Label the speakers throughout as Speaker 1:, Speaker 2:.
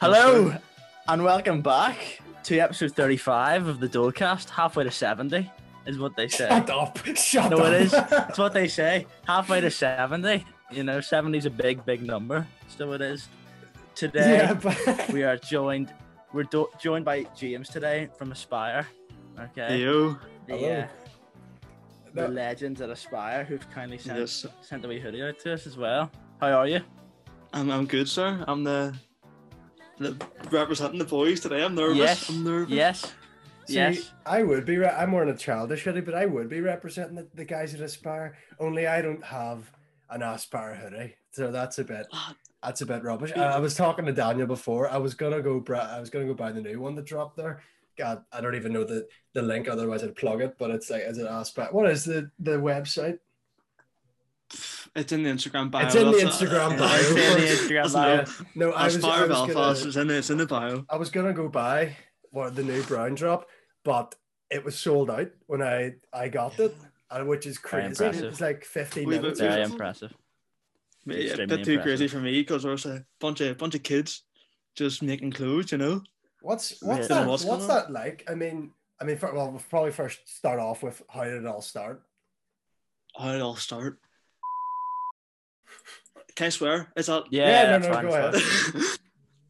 Speaker 1: Hello and welcome back to episode 35 of the Dolecast. Halfway to 70 is what they say.
Speaker 2: Shut up. Shut
Speaker 1: No,
Speaker 2: up.
Speaker 1: it is. It's what they say. Halfway to 70. You know, 70 is a big, big number. So it is. Today
Speaker 2: yeah, but
Speaker 1: we are joined. We're do- joined by James today from Aspire. Okay.
Speaker 3: Yo,
Speaker 1: The,
Speaker 2: Hello.
Speaker 1: uh, the
Speaker 2: No,
Speaker 1: legends at Aspire who've kindly sent
Speaker 3: Yes.
Speaker 1: sent a wee hoodie out to us as well. How are you?
Speaker 3: I'm, I'm good, sir. I'm the, the representing the boys today. I'm nervous.
Speaker 1: Yes.
Speaker 3: I'm nervous.
Speaker 1: Yes.
Speaker 2: see,
Speaker 1: yes.
Speaker 2: I would be. Re- I'm more in a childish hoodie, but I would be representing the, the guys at Aspire. Only I don't have an Aspire hoodie, so that's a bit.
Speaker 3: Ah.
Speaker 2: That's a bit rubbish. I, I was talking to Daniel before. I was gonna go. Bra- I was gonna go buy the new one that dropped there. God, I don't even know the, the link. Otherwise, I'd plug it. But it's like, is it Aspire? What is the the website?
Speaker 3: It's in the Instagram bio.
Speaker 2: It's in the
Speaker 3: That's-
Speaker 2: Instagram
Speaker 3: yeah,
Speaker 2: bio.
Speaker 3: it's in
Speaker 1: It's in the Instagram bio.
Speaker 3: bio.
Speaker 2: No, I was. I
Speaker 3: Aspire
Speaker 2: was gonna-
Speaker 3: Belfast. It's in the, it's in the bio.
Speaker 2: I was gonna go buy what the new brown drop, but it was sold out when I I got it, and which is
Speaker 1: Very
Speaker 2: crazy.
Speaker 1: impressive.
Speaker 2: It's like fifty
Speaker 3: We've-
Speaker 2: minutes.
Speaker 3: we've-
Speaker 1: Very
Speaker 3: Yeah.
Speaker 1: impressive.
Speaker 3: Yeah, a
Speaker 1: extremely
Speaker 3: bit too crazy
Speaker 1: impressive.
Speaker 3: for me because there's a bunch of bunch of kids just making clothes, you know.
Speaker 2: What's what's
Speaker 1: Yeah.
Speaker 2: that?
Speaker 3: What's
Speaker 2: What's,
Speaker 3: going on?
Speaker 2: that like? I mean, I mean, fir- well, we'll probably first start off with how did it all start?
Speaker 3: How did it all start? Can I swear? Is that
Speaker 1: Yeah,
Speaker 2: Yeah, no,
Speaker 1: that's
Speaker 2: no,
Speaker 1: fine,
Speaker 2: go
Speaker 1: that's
Speaker 2: ahead.
Speaker 1: fine.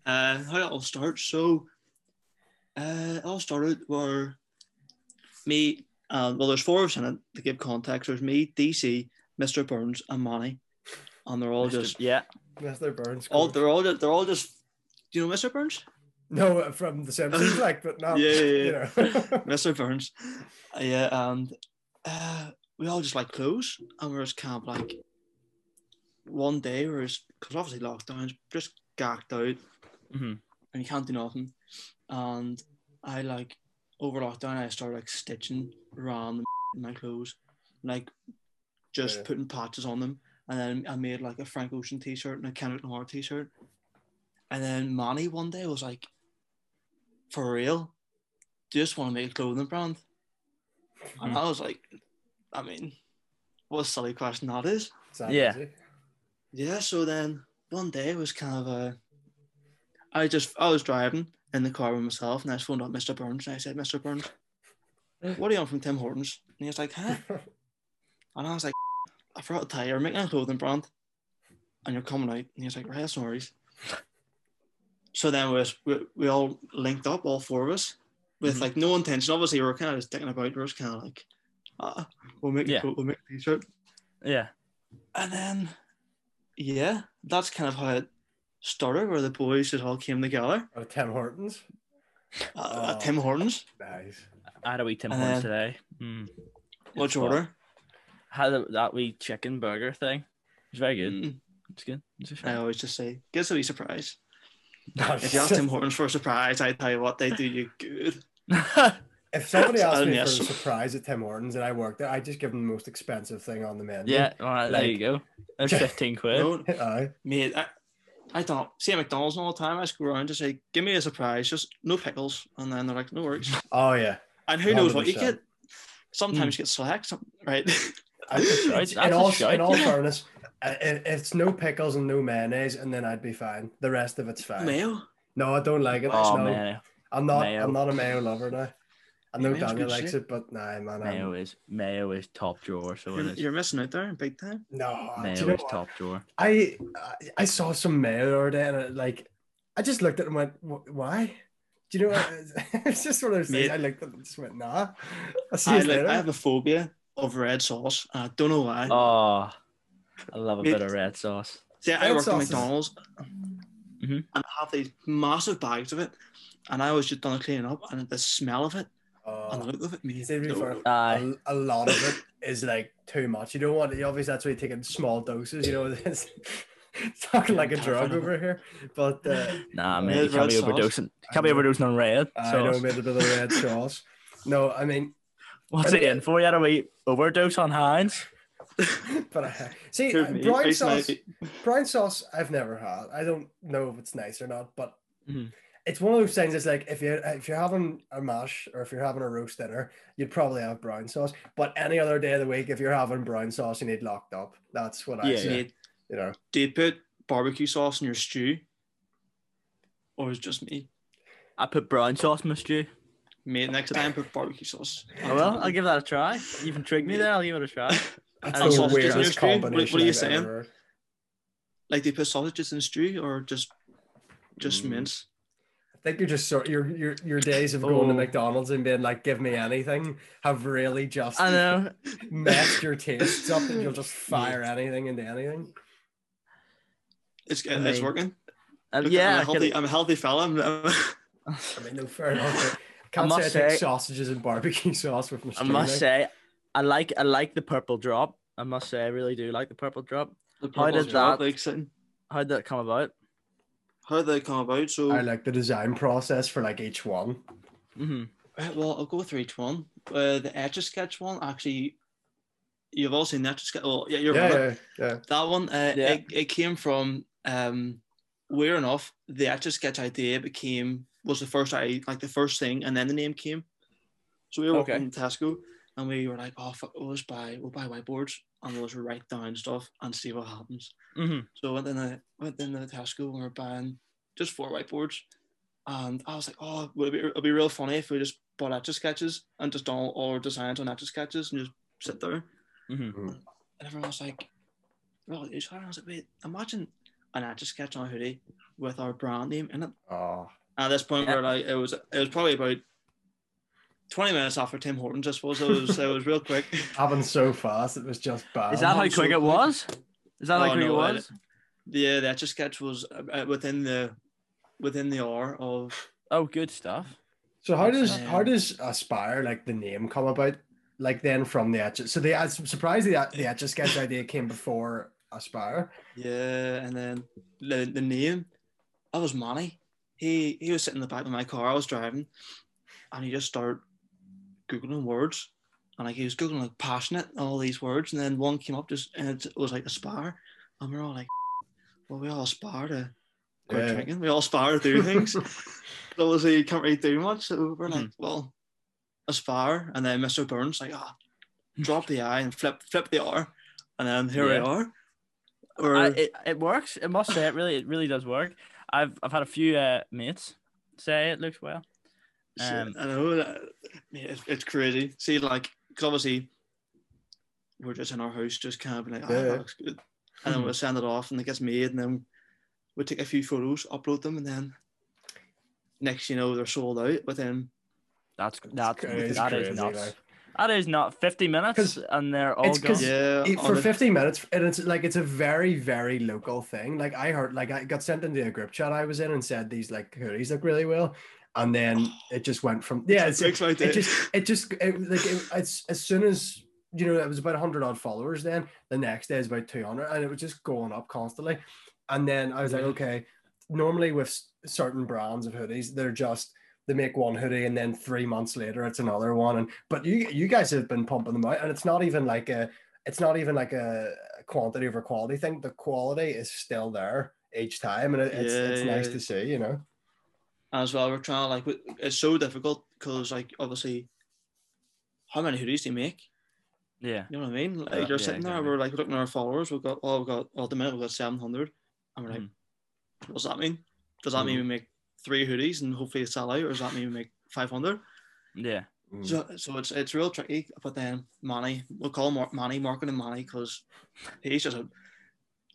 Speaker 3: uh, how it all starts. So, uh, it all started where me, uh, well, there's four of us in it to give context. There's me, DC, Mr. Burns, and Manny, and they're all
Speaker 1: Mr.
Speaker 3: just
Speaker 1: yeah.
Speaker 2: Mr. Burns.
Speaker 3: all
Speaker 2: cool.
Speaker 3: they're all just, they're all just. Do you know Mr. Burns?
Speaker 2: no, from the Simpsons, like, but not.
Speaker 3: Yeah, yeah,
Speaker 2: You know.
Speaker 3: Mr. Burns. Uh, yeah, and uh, we all just like close, and we're just kind of like one day we're just because obviously lockdowns just gacked out.
Speaker 1: hmm
Speaker 3: and you can't do nothing. And I like over lockdown, I started like stitching around my clothes, like just
Speaker 2: Yeah.
Speaker 3: putting patches on them. And then I made like a Frank Ocean T-shirt and a Kendrick Lamar T-shirt. And then Manny one day was like, "For real, do you just want to make a clothing brand?" And I was like, "I mean, what a silly question that is."
Speaker 2: It's that
Speaker 1: Yeah.
Speaker 2: easy.
Speaker 3: Yeah, so then one day it was kind of a. I just I was driving in the car with myself, and I just phoned up Mr. Burns, and I said, "Mr. Burns, what are you on from Tim Hortons?" And he was like, "Huh?" And I was like, "I forgot to tell you, we're making a clothing brand, and you're coming out." And he was like, "Right, that's no worries." So then we, was- we we all linked up, all four of us, with
Speaker 1: Mhm.
Speaker 3: like no intention. Obviously, we were kind of just thinking about. it. We were just kind of like, ah, "We'll make
Speaker 1: Yeah.
Speaker 3: a, coat- we'll make a t-shirt."
Speaker 1: Yeah.
Speaker 3: And then, yeah, that's kind of how it started, where the boys just all came together.
Speaker 2: Oh, Tim Hortons.
Speaker 3: Uh,
Speaker 2: Oh.
Speaker 3: Tim Hortons,
Speaker 2: Nice.
Speaker 1: I had a wee Tim
Speaker 3: And
Speaker 1: Hortons
Speaker 3: then-
Speaker 1: today. Mm.
Speaker 3: what's
Speaker 1: Good
Speaker 3: your order?
Speaker 1: Had a, that wee chicken burger thing. It's very good.
Speaker 3: Mm,
Speaker 1: It's good. It's a
Speaker 3: I
Speaker 1: shame.
Speaker 3: always just say, give us a wee surprise. If you ask Tim Hortons for a surprise, I tell you what, they do you good.
Speaker 2: If somebody asked me for a
Speaker 3: Yes.
Speaker 2: surprise at Tim Hortons and I worked there, I'd just give them the most expensive thing on the menu.
Speaker 1: yeah. All right. there you go. That's
Speaker 2: Like-
Speaker 1: fifteen quid.
Speaker 3: No,
Speaker 2: Aye.
Speaker 3: mate, I, I don't see at McDonald's all the time. I just go around and just say, give me a surprise, just no pickles. And then they're like, no worries.
Speaker 2: Oh yeah.
Speaker 3: And who knows what you
Speaker 2: 100%.
Speaker 3: get? Sometimes
Speaker 2: Hmm.
Speaker 3: you get slack, some, right?
Speaker 2: I just,
Speaker 1: That's
Speaker 2: in,
Speaker 1: a
Speaker 2: all,
Speaker 1: shout.
Speaker 2: in all fairness, i- i- it's no pickles and no mayonnaise, and then I'd be fine. The rest of it's fine.
Speaker 3: Mayo?
Speaker 2: No, I don't like it.
Speaker 1: Oh
Speaker 2: no.
Speaker 1: man,
Speaker 2: I'm not.
Speaker 1: Mayo.
Speaker 2: I'm not a mayo lover now. I know
Speaker 3: Mayo's
Speaker 2: Daniel
Speaker 3: good
Speaker 2: likes
Speaker 3: shit.
Speaker 2: it, but nah, man. I'm-
Speaker 1: mayo is mayo is top drawer. So it
Speaker 3: You're,
Speaker 1: is.
Speaker 3: you're missing out there big time.
Speaker 2: No, do you
Speaker 1: Mayo
Speaker 2: know
Speaker 1: is
Speaker 2: what?
Speaker 1: top drawer.
Speaker 2: I I- I saw some mayo the other day, and it, like I just looked at it and went, "Wh- "Why?" Do you know? What? it's just one of those things.
Speaker 3: Mate.
Speaker 2: I looked at it and just went, "Nah." I'll see
Speaker 3: I,
Speaker 2: you
Speaker 3: like,
Speaker 2: later.
Speaker 3: I have a phobia of red sauce. and I don't know why.
Speaker 1: Oh, I love a
Speaker 3: Mate.
Speaker 1: bit of red sauce.
Speaker 3: See, I
Speaker 2: red
Speaker 3: worked
Speaker 2: sauce
Speaker 3: at
Speaker 2: is- Mm-hmm.
Speaker 3: McDonald's
Speaker 1: Mhm.
Speaker 3: and I have these massive bags of it. And I was just done cleaning up, and the smell of it and the
Speaker 2: Oh,
Speaker 3: look of it made
Speaker 2: see,
Speaker 3: no-
Speaker 2: before-
Speaker 1: Aye.
Speaker 2: a, a lot of it is like too much. You don't want it. Obviously, that's why you take it in small doses. You know, it's, it's talking like a drug over here. But uh,
Speaker 1: Nah,
Speaker 2: Yeah,
Speaker 1: man, you can't
Speaker 3: red
Speaker 1: be
Speaker 3: sauce.
Speaker 1: overdosing. Can't be
Speaker 2: I know.
Speaker 1: overdosing on red
Speaker 2: I know I
Speaker 1: sauce.
Speaker 2: made a bit of red sauce. No, I mean,
Speaker 1: What's it in for? You had a wee overdose on Heinz.
Speaker 2: but I, see,
Speaker 3: Excuse me,
Speaker 2: brown
Speaker 3: it's
Speaker 2: sauce.
Speaker 3: like-
Speaker 2: Brown sauce, I've never had. I don't know if it's nice or not, but
Speaker 1: Mhm.
Speaker 2: it's one of those things. It's like if you if you're having a mash or if you're having a roast dinner, you'd probably have brown sauce. But any other day of the week, if you're having brown sauce, you need locked up. That's what I
Speaker 1: Yeah,
Speaker 2: say.
Speaker 3: Mate,
Speaker 2: You know.
Speaker 3: do you put barbecue sauce in your stew? or is it just me?
Speaker 1: I put brown sauce in my stew.
Speaker 3: Mate, next time put barbecue sauce.
Speaker 1: Oh, I will. I'll give that a try. You've intrigued me there. I'll give it a try.
Speaker 2: That's
Speaker 1: And
Speaker 2: the
Speaker 1: sausages
Speaker 3: in your
Speaker 2: weirdest
Speaker 3: stew? What- what are
Speaker 2: combination.
Speaker 3: you
Speaker 2: I've
Speaker 3: saying?
Speaker 2: ever heard.
Speaker 3: Like they put sausages in stew or just just
Speaker 2: Mm.
Speaker 3: mince.
Speaker 2: I think you're just sort your your your days of going to
Speaker 1: Oh.
Speaker 2: McDonald's and being like, "Give me anything," have really just
Speaker 1: I know. Um,
Speaker 2: messed your tastes up, and you'll just fire anything into anything.
Speaker 3: It's
Speaker 1: I
Speaker 3: it's
Speaker 1: mean,
Speaker 3: working.
Speaker 1: Uh,
Speaker 3: Look,
Speaker 1: yeah,
Speaker 3: I'm
Speaker 1: I
Speaker 3: a healthy,
Speaker 1: could-
Speaker 3: I'm a healthy fella. I'm, I'm,
Speaker 2: I mean, no, fair enough. but I can't
Speaker 1: must
Speaker 2: say I
Speaker 1: say-
Speaker 2: take sausages and barbecue sauce with my
Speaker 1: I
Speaker 2: stew
Speaker 1: must
Speaker 3: eh?
Speaker 2: now.
Speaker 1: say, I like I like the purple drop. I must say, I really do like the purple drop.
Speaker 3: the
Speaker 1: How
Speaker 3: purple's
Speaker 1: did
Speaker 3: job,
Speaker 1: that-
Speaker 3: Like, sitting-
Speaker 1: How did that come about?
Speaker 3: how did they come about? So
Speaker 2: I like the design process for like each one.
Speaker 1: hmm
Speaker 3: Right, uh, well, I'll go through each one. Uh, the Etch a Sketch one, actually, you've all seen Etch a Sketch. Well, yeah, you're right.
Speaker 2: Yeah, yeah,
Speaker 3: That one, uh,
Speaker 1: Yeah.
Speaker 3: it, it came from, um, weird enough, the Etch a Sketch idea became, was the first, I like the first thing, and then the name came. So we were
Speaker 1: Okay.
Speaker 3: working in Tesco, and we were like, oh, fuck, we'll just buy, we'll buy whiteboards, and we'll just write down stuff and see what happens.
Speaker 1: hmm
Speaker 3: So I went in the went in the Tesco and we were buying just four whiteboards, and I was like, oh, would it be it'd be real funny if we just bought etch sketches and just done all our designs on etch sketches and just sit there.
Speaker 1: hmm
Speaker 3: And everyone was like, well, it's hard. I was like, wait, imagine an etch sketch on a hoodie with our brand name in it.
Speaker 2: yeah. Oh,
Speaker 3: And at this point, we
Speaker 1: Yeah.
Speaker 3: were like, it was it was probably about. 20 minutes after Tim Hortons, I suppose. So it was, so it was real quick.
Speaker 2: happened so fast. It was just bad.
Speaker 1: Is that how
Speaker 3: Uh, I'm so
Speaker 1: quick it
Speaker 3: quick.
Speaker 1: was? Is that
Speaker 3: Oh,
Speaker 1: how quick
Speaker 3: no,
Speaker 1: it
Speaker 3: I-
Speaker 1: was?
Speaker 3: The, the Etch a Sketch was uh, within the within the hour of
Speaker 1: Oh, good stuff.
Speaker 2: So how does
Speaker 3: Yeah.
Speaker 2: how does Aspire like the name come about? Like then from the Etch. So the I'm surprised the the Etch a Sketch idea came before Aspire.
Speaker 3: Yeah, and then the, the name, that was Manny. He he was sitting in the back of my car. I was driving, and he just started googling words, and like he was googling like passionate, and all these words, and then one came up just and it was like aspire, and we're all like, well, we all aspire to quit
Speaker 2: Yeah.
Speaker 3: drinking. We all aspire to do things. so obviously you can't really do much. So we're like,
Speaker 1: Mm-hmm.
Speaker 3: well, aspire, and then Mr. Burns like, ah, drop the I and flip flip the R, and then here
Speaker 1: Yeah.
Speaker 3: we are. Or,
Speaker 1: I, it, it works. It must say it really it really does work. I've I've had a few uh, mates say it looks well.
Speaker 3: Shit,
Speaker 1: Um,
Speaker 3: I know that. yeah, It's, it's crazy. See, like, 'cause obviously, we're just in our house, just kind of being like, ah,
Speaker 2: Yeah.
Speaker 3: that looks good. And then we'll send it off, and it gets made, and then we take a few photos, upload them, and then next, you know, they're sold out within.
Speaker 1: That's that's
Speaker 2: It is
Speaker 1: that is
Speaker 2: crazy,
Speaker 1: nuts.
Speaker 2: like.
Speaker 1: That is not fifty
Speaker 2: 'Cause
Speaker 1: minutes, and they're all
Speaker 2: it's
Speaker 1: gone.
Speaker 2: 'cause-
Speaker 3: Yeah,
Speaker 2: It-
Speaker 3: on
Speaker 2: for
Speaker 3: the-
Speaker 2: 15 minutes and it's like it's a very very local thing like i heard like i got sent into a group chat i was in and said these like hoodies look really well and then it just went from yeah it's,
Speaker 3: breaks my day.
Speaker 2: it just it just it, like it, it's as soon as you know it was about 100 odd followers then the next day is about 200 and it was just going up constantly and then i was like
Speaker 3: Yeah.
Speaker 2: okay normally with s- certain brands of hoodies they're just they make one hoodie and then three months later it's another one and but you you guys have been pumping them out and it's not even like a it's not even like a quantity over quality thing the quality is still there each time and it, it's it's
Speaker 3: Yeah,
Speaker 2: nice
Speaker 3: yeah.
Speaker 2: to see you know
Speaker 3: as well. We're trying to like, we- it's so difficult because, like, obviously, how many hoodies do you make?
Speaker 1: Yeah,
Speaker 3: You know what I mean? Like
Speaker 2: Yeah.
Speaker 3: you're
Speaker 1: Yeah,
Speaker 3: sitting there,
Speaker 1: exactly.
Speaker 3: we're like looking at our followers. We've got, oh, we've got, well, at the minute we've got 700, and we're like,
Speaker 1: Mhm.
Speaker 3: what does that mean? Does that mean
Speaker 1: Mm.
Speaker 3: we make three hoodies and hopefully they sell out, or does that mean we make 500?
Speaker 1: yeah.
Speaker 2: Mm.
Speaker 3: So, so it's it's real tricky. But then Manny, we'll call him Mar- Manny marketing Manny because he's just a.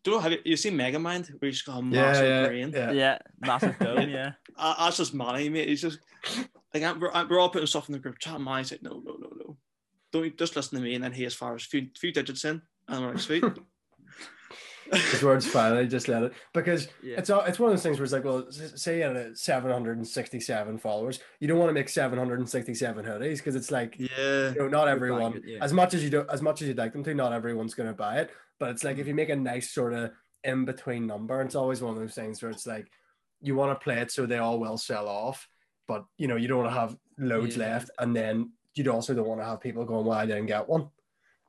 Speaker 3: Do you know, have you, you seen Mega Mind where he's got a massive brain?
Speaker 1: yeah,
Speaker 2: yeah.
Speaker 1: Massive dome. Yeah,
Speaker 3: Uh, that's just Manny, mate. He's just like I'm, we're, I'm- we're all putting stuff in the group chat. And Manny's like, no, no, no, no. Don't you just listen to me. And then he as far as few few digits in, and we're like, sweet.
Speaker 2: His words finally just let it because
Speaker 1: yeah.
Speaker 2: it's all, it's one of those things where it's like, well, s- say you had 767 followers, you don't want to make 767 hoodies because it's like,
Speaker 3: yeah.
Speaker 2: you know, not everyone,
Speaker 1: it, yeah.
Speaker 2: as much as you do, as much as you'd like them to, not everyone's going to buy it. But it's
Speaker 3: Mm-hmm.
Speaker 2: like if you make a nice sort of in between number, it's always one of those things where it's like you want to play it so they all will sell off, but you know you don't want to have loads
Speaker 1: Yeah.
Speaker 2: left, and then you'd also don't want to have people going, well, I didn't get one.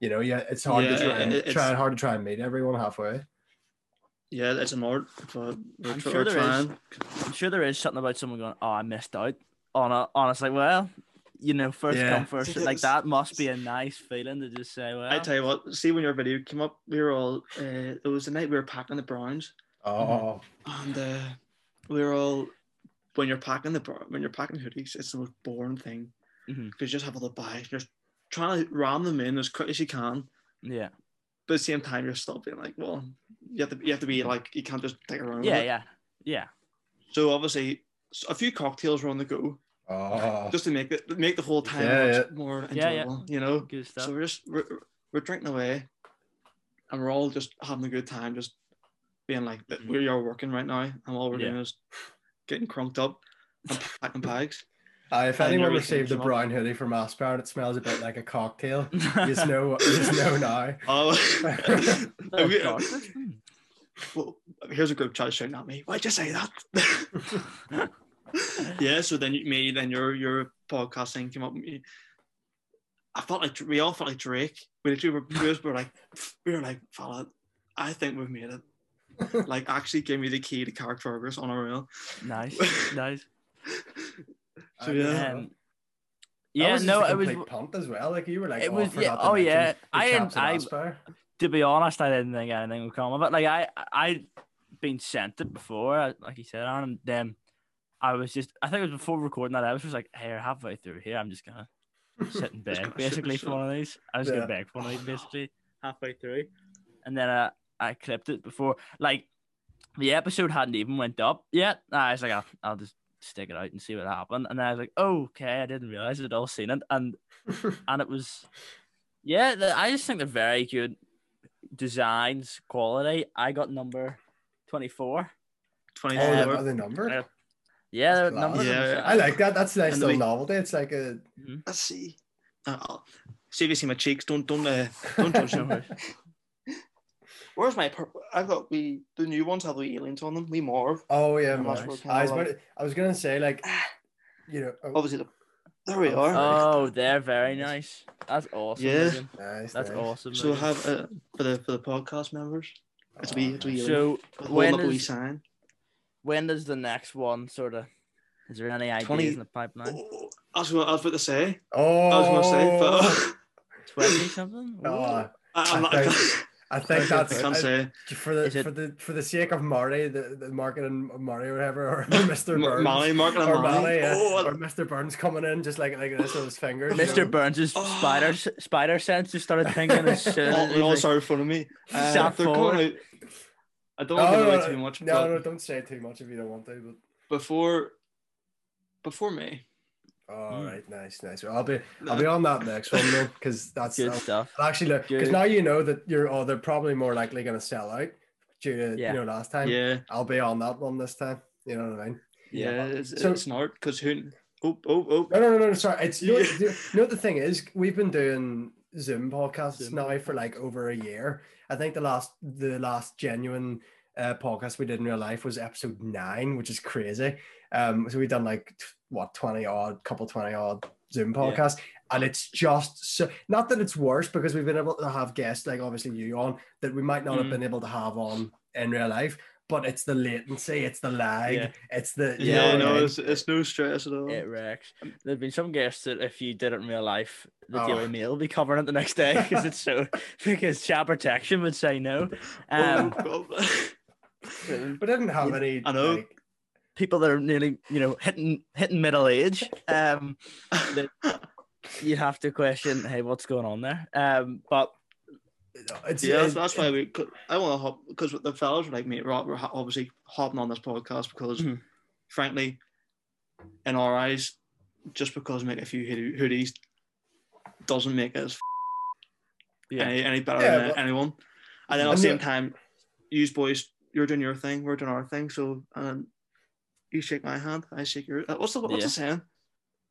Speaker 2: You know, yeah, it's hard
Speaker 3: Yeah,
Speaker 2: to try, and
Speaker 3: it- it's-
Speaker 2: try hard to try and meet everyone halfway.
Speaker 3: Yeah, it's an art, but we're,
Speaker 1: I'm
Speaker 3: tr-
Speaker 1: sure
Speaker 3: we're
Speaker 1: there is.
Speaker 3: trying.
Speaker 1: I'm sure there is something about someone going, "Oh, I missed out on a honestly." Well, you know, first
Speaker 2: Yeah.
Speaker 1: come first. Like
Speaker 3: Yes.
Speaker 1: that must be a nice feeling to just say, "Well,
Speaker 3: I tell you what, see when your video came up, we were all, uh,
Speaker 1: Mm-hmm.
Speaker 3: it was the night we were packing the Browns,
Speaker 2: Oh,
Speaker 1: Mhm.
Speaker 3: and uh, we were all when you're packing the bur- when you're packing hoodies, it's the most boring thing because
Speaker 1: Mhm.
Speaker 3: you just have all the bags. You're trying to ram them in as quick as you can,
Speaker 1: Yeah.
Speaker 3: but at the same time, you're still being like, well, you have to you have to be like you can't just take around.
Speaker 1: Mm-hmm. Yeah. Yeah. Yeah.
Speaker 3: So obviously, s- a few cocktails were on the go
Speaker 2: Oh,
Speaker 3: just to make it make the whole time
Speaker 2: Yeah,
Speaker 3: much
Speaker 2: yeah.
Speaker 3: more enjoyable.
Speaker 1: Yeah, yeah.
Speaker 3: You know.
Speaker 1: Good
Speaker 3: So
Speaker 1: stuff.
Speaker 3: we're just we're, we're drinking away, and we're all just having a good time, just being like that.
Speaker 1: Mhm.
Speaker 3: We are working right now, and all we're
Speaker 1: Yeah.
Speaker 3: doing is getting crunked up and packing bags.
Speaker 2: Aye, if
Speaker 3: And you're
Speaker 2: anyone
Speaker 3: looking
Speaker 2: received a
Speaker 3: smart.
Speaker 2: brown hoodie from Aspar and it smells a bit like a cocktail, you just know, you just know now.
Speaker 3: Oh,
Speaker 1: Oh,
Speaker 3: we-
Speaker 1: God. Hmm.
Speaker 3: well, here's a group chat shouting at me. Why'd you say that? yeah. So then you, me, then your your podcasting came up. with me. I felt like we all felt like Drake. We the two were, we just were like we were like fella. I think we've made it. Like actually gave me the key to character progress on our own.
Speaker 1: nice. Nice.
Speaker 3: So,
Speaker 2: I-
Speaker 3: yeah.
Speaker 1: Um,
Speaker 2: That
Speaker 1: yeah.
Speaker 2: was just
Speaker 1: No,
Speaker 2: a
Speaker 1: it was.
Speaker 2: complete punt as well. Like you were like,
Speaker 1: It
Speaker 2: oh,
Speaker 1: was-
Speaker 2: I
Speaker 1: yeah,
Speaker 2: forgot to
Speaker 1: oh,
Speaker 2: mention
Speaker 1: yeah.
Speaker 2: the
Speaker 1: I didn't-
Speaker 2: chaps at
Speaker 1: I-
Speaker 2: Aspire.
Speaker 1: To be honest, I didn't think anything would come of it. Like I, I'd been sent it before, like you said, Aaron, and then I was just. I think it was before recording that. I was just like, here, halfway through here, I'm just gonna sit and
Speaker 3: Just
Speaker 1: beg
Speaker 3: gonna sit
Speaker 1: basically
Speaker 3: and
Speaker 1: for one of these. I was
Speaker 2: Yeah.
Speaker 1: gonna beg for one of these basically halfway through, and then I I clipped it before like the episode hadn't even went up yet. And I was like, I'll, I'll just stick it out and see what happened. And then I was like, oh, okay, I didn't realize I'd all seen it, and and it was yeah. The, I just think they're very good designs, quality. I got number twenty four.
Speaker 3: Twenty
Speaker 2: Oh,
Speaker 1: Yeah.
Speaker 2: the-
Speaker 3: four.
Speaker 2: oh, the number.
Speaker 1: Yeah. Yeah,
Speaker 2: That's
Speaker 1: they're number
Speaker 3: class. Yeah,
Speaker 2: I like that. That's a nice
Speaker 3: And the
Speaker 2: little
Speaker 3: wee-
Speaker 2: novelty. It's like a.
Speaker 3: Let's see. Uh, I'll- see if you see my cheeks. Don't don't uh, don't judge them. Where's my? Pur- I've got we the new ones have the aliens on them. We mauve.
Speaker 2: Oh yeah,
Speaker 3: Yeah,
Speaker 2: man.
Speaker 1: that's
Speaker 3: what
Speaker 2: I was about
Speaker 3: kinda
Speaker 2: to- I was gonna say like, you know, oh,
Speaker 3: Obviously the. There we are.
Speaker 1: Oh, they're very nice. That's awesome.
Speaker 3: Yeah.
Speaker 1: Megan.
Speaker 2: nice,
Speaker 1: That's
Speaker 2: nice.
Speaker 1: awesome.
Speaker 3: so
Speaker 1: Megan.
Speaker 3: have uh, for the for the podcast members. It's a wee it's a wee alien.
Speaker 1: So
Speaker 3: With all
Speaker 1: when
Speaker 3: the wee
Speaker 1: is,
Speaker 3: sign.
Speaker 1: when does the next one sort of? Is there any ideas
Speaker 3: 20
Speaker 1: in the pipeline?
Speaker 3: Oh, that's what I was about to say.
Speaker 2: Oh,
Speaker 3: I was going to say, but
Speaker 1: Twenty something?
Speaker 2: oh,
Speaker 3: I, I'm not. I can't,
Speaker 2: I think
Speaker 3: I
Speaker 2: that's
Speaker 3: can't
Speaker 2: I-
Speaker 3: say.
Speaker 2: for the
Speaker 1: Is it-
Speaker 2: for the for the sake of Marty, the, the marketing Marty or whatever, or Mr. Burns.
Speaker 3: Molly, Mark, and
Speaker 2: Or Molly,
Speaker 3: Molly.
Speaker 2: yeah.
Speaker 3: Oh,
Speaker 2: or Mr. Burns coming in just like like this with his fingers. you
Speaker 1: Mr.
Speaker 2: know?
Speaker 1: Burns'
Speaker 3: Oh.
Speaker 1: spider spider sense just started thinking as soon
Speaker 3: all,
Speaker 1: as
Speaker 3: they all
Speaker 1: he's like,
Speaker 3: started fun of me. Uh,
Speaker 1: Sat
Speaker 3: they're
Speaker 1: forward.
Speaker 3: coming out. I don't
Speaker 2: No,
Speaker 3: want to give
Speaker 2: no,
Speaker 3: away
Speaker 2: no,
Speaker 3: too much.
Speaker 2: No,
Speaker 3: but
Speaker 2: no, don't say too much if you don't want to.
Speaker 3: Before, before May.
Speaker 2: But all right,
Speaker 1: Mm.
Speaker 2: nice, nice. Well, I'll be I'll
Speaker 3: No.
Speaker 2: be on that next one then, because that's
Speaker 1: good
Speaker 2: I'll-
Speaker 1: stuff.
Speaker 2: I'll actually look because
Speaker 1: Good.
Speaker 2: now you know that you're. Oh, they're probably more likely going to sell out due to
Speaker 1: Yeah.
Speaker 2: you know last time.
Speaker 3: Yeah,
Speaker 2: I'll be on that one this time. You know what I mean?
Speaker 3: yeah. It's,
Speaker 2: So-
Speaker 3: it's not because who? Oh, oh, oh.
Speaker 2: No, no, no, no. no, Sorry, it's you know, what-
Speaker 3: Yeah.
Speaker 2: you know what the thing is. We've been doing Zoom podcasts
Speaker 1: Zoom.
Speaker 2: now for like over a year. I think the last the last genuine uh, podcast we did in real life was episode nine, which is crazy. Um, so we've done like t- what twenty odd, couple twenty odd Zoom
Speaker 1: Yeah.
Speaker 2: podcasts, and it's just so not that it's worse because we've been able to have guests like obviously you on that we might not have
Speaker 3: Mm.
Speaker 2: been able to have on in real life. But it's the latency, it's the lag,
Speaker 1: Yeah.
Speaker 2: it's the you
Speaker 3: Yeah,
Speaker 2: know what I
Speaker 3: no,
Speaker 2: mean?
Speaker 3: it's, it's no stress at all.
Speaker 1: It wrecks. There've been some guests that if you did it in real life, the
Speaker 2: um, Oh.
Speaker 1: Daily Mail will be covering it the next day because it's so because chat protection would say no. Um,
Speaker 3: Oh, oh.
Speaker 2: we didn't have
Speaker 1: Yeah.
Speaker 2: any.
Speaker 3: I know.
Speaker 2: like,
Speaker 1: people that are nearly you know hitting hitting middle age. Um, you have to question, hey, what's going on there? Um, but
Speaker 2: It's,
Speaker 3: Yeah,
Speaker 2: it's,
Speaker 3: that's, that's why we. 'cause I want to hop because the fellas were like, mate, we're, we're ho- obviously hopping on this podcast because,
Speaker 1: Mhm.
Speaker 3: frankly, in our eyes, just because make a few hoodie- hoodies doesn't make us
Speaker 1: yeah,
Speaker 3: any, any better
Speaker 2: Yeah,
Speaker 3: than
Speaker 2: but-
Speaker 3: anyone. And then at
Speaker 2: And
Speaker 3: the same
Speaker 2: the-
Speaker 3: time, you boys, you're doing your thing, we're doing our thing. So, um, you shake my hand, I shake your. uh, What's the what's
Speaker 1: Yeah.
Speaker 3: the saying?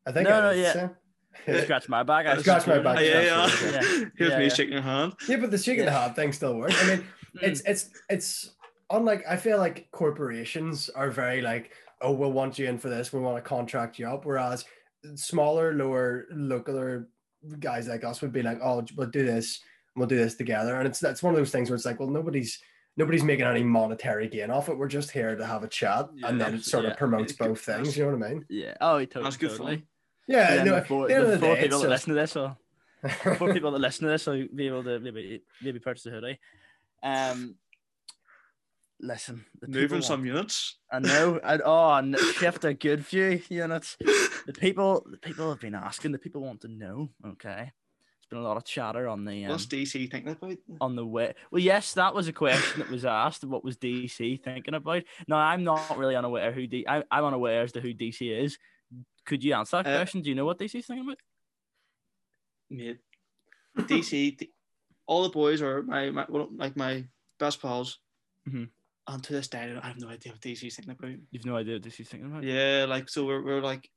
Speaker 2: I think
Speaker 1: No,
Speaker 2: I
Speaker 1: no,
Speaker 2: did
Speaker 1: yeah.
Speaker 2: say.
Speaker 3: Yeah.
Speaker 1: scratch my back.
Speaker 2: I scratched my back.
Speaker 3: Oh,
Speaker 2: Like,
Speaker 3: yeah, yeah.
Speaker 2: that's
Speaker 1: really good.
Speaker 3: Here's
Speaker 1: Yeah,
Speaker 3: me
Speaker 1: yeah.
Speaker 3: shaking your hand.
Speaker 2: Yeah, but the shake of the
Speaker 1: Yeah.
Speaker 2: hand thing still works. I mean, it's it's it's unlike I feel like corporations are very like, oh, we'll want you in for this, we want to contract you up. Whereas smaller, lower, localer guys like us would be like, oh, we'll do this, we'll do this together. And it's that's one of those things where it's like, well, nobody's nobody's making any monetary gain off it. We're just here to have a chat,
Speaker 3: Yeah,
Speaker 2: and then it
Speaker 1: abso-
Speaker 2: sort
Speaker 1: yeah.
Speaker 2: of promotes
Speaker 3: It- it-
Speaker 2: both things. You know what I mean?
Speaker 1: Yeah. Oh, totally.
Speaker 3: That's good
Speaker 1: totally.
Speaker 3: fun.
Speaker 2: Yeah,
Speaker 1: And
Speaker 2: no,
Speaker 1: then before,
Speaker 2: at the end of the
Speaker 1: before
Speaker 2: day,
Speaker 1: people
Speaker 2: it's
Speaker 1: that
Speaker 2: just-
Speaker 1: listen to this, will before people that listen to this, will be able to maybe maybe purchase a hoodie. Um, listen, the people
Speaker 3: Moving
Speaker 1: want-
Speaker 3: some units.
Speaker 1: I know. I, oh, and shift a good few units. The people, the people have been asking. The people want to know. Okay, there's been a lot of chatter on the um,
Speaker 3: What's DC thinking about?
Speaker 1: on the way. Well, yes, that was a question that was asked. What was DC thinking about? Now, I'm not really unaware who D. I, I'm unaware as to who DC is. Could you answer that
Speaker 3: Uh,
Speaker 1: question? Do you know what DC's thinking about?
Speaker 3: Mid. DC, th- all the boys are my, my well, like my best pals.
Speaker 1: Mhm.
Speaker 3: And to this day, I have no idea what DC's thinking about.
Speaker 1: You've no idea what DC's thinking about.
Speaker 3: Yeah, like so we're, we're like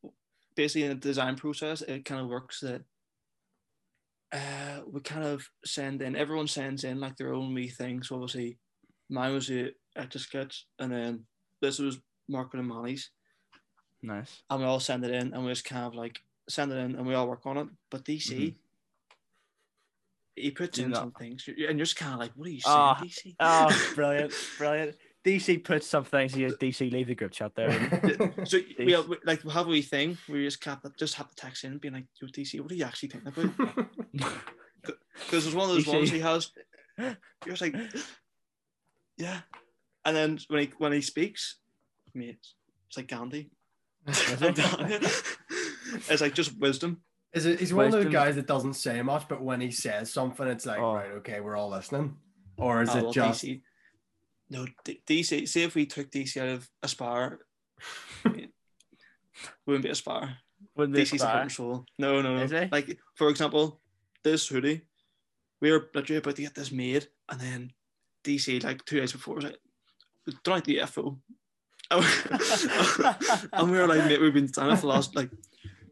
Speaker 3: basically in the design process, it kind of works that uh we kind of send in everyone sends in like their own wee thing. So obviously mine was uh, the etch sketch and then this was marketing and Manny's
Speaker 1: Nice.
Speaker 3: and we all send it in and we just kind of like send it in and we all work on it. But DC
Speaker 1: Mm-hmm.
Speaker 3: he puts in
Speaker 1: No.
Speaker 3: some things you- and you're just kind of like, what are you saying,
Speaker 1: Ah,
Speaker 3: DC?
Speaker 1: Oh, brilliant, brilliant. DC puts some things here. DC, leave the group chat there.
Speaker 3: So we, have, we- like we have a wee thing where you just cap just have the text in, being like, "Yo, DC, what are you actually thinking about?" Because there's one of those
Speaker 1: You
Speaker 3: ones
Speaker 1: see-
Speaker 3: he has. You're just like, yeah. And then when he when he speaks, mate, it's like Gandhi. it's like just wisdom.
Speaker 2: Is it, he's one of those
Speaker 1: Question.
Speaker 2: guys that doesn't say much, but when he says something, it's like,
Speaker 1: Oh.
Speaker 2: right, okay, we're all listening. Or is
Speaker 3: Ah,
Speaker 2: it
Speaker 3: well,
Speaker 2: just
Speaker 3: DC? No, D- DC. See if we took DC out of Aspire, it wouldn't be Aspire.
Speaker 1: Wouldn't be
Speaker 3: DC's out of
Speaker 1: bad.
Speaker 3: control. No, no, no.
Speaker 1: Is he?
Speaker 3: Like for example, this hoodie, we were literally about to get this made, and then DC like two days before was like, "Don't like the FO," and we were like, "Mate, we've been doing it for the last like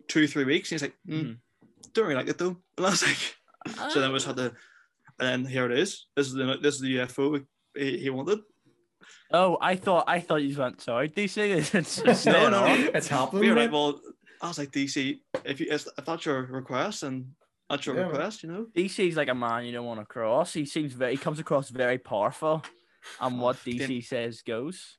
Speaker 3: two, three weeks." And he's like, mm,
Speaker 1: Mhm.
Speaker 3: "Don't really like it though." And I was like, "So then we just had to," and then here it is. This is the this is the UFO he, he wanted.
Speaker 1: Oh, I thought I thought you went sorry. DC is it's just
Speaker 3: No,
Speaker 1: no,
Speaker 3: no, no.
Speaker 2: it's happening?
Speaker 3: We were like,
Speaker 2: mate?
Speaker 3: "Well," I was like, "DC, if you if that's your request and that's your
Speaker 2: Yeah.
Speaker 3: request, you know."
Speaker 1: DC's like a man you don't want to cross. He seems very he comes across very powerful, and what
Speaker 3: Then-
Speaker 1: DC says goes.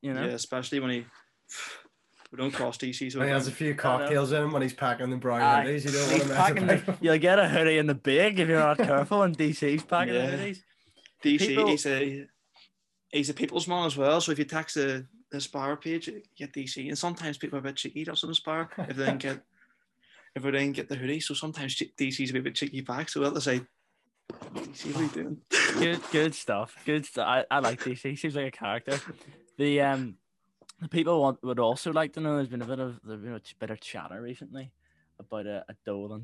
Speaker 1: You know.
Speaker 3: Yeah, especially when he we don't cross DC. So
Speaker 2: And he has a few cocktails in him when he's packing the brown
Speaker 1: Aye.
Speaker 2: hoodies. You don't
Speaker 1: He's
Speaker 2: want to
Speaker 1: packing
Speaker 2: mess
Speaker 1: the,
Speaker 2: with
Speaker 1: you'll get a hoodie in the big if you're not careful, and DC's packing
Speaker 3: Yeah.
Speaker 1: the hoodies.
Speaker 3: DC,
Speaker 1: people-
Speaker 3: he's a he's a people's man as well. So if you text the the Spire page, you get DC. And sometimes people are a bit cheeky. That's on Spire if they didn't get if they didn't get the hoodie. So sometimes che- DC's a bit cheeky back. So they'll say, DC, what are you doing?
Speaker 1: Good, good stuff. Good stuff. I, I like DC. He seems like a character. The um, the people want, would also like to know. There's been a bit of there's been a bit of chatter recently about a, a Dolan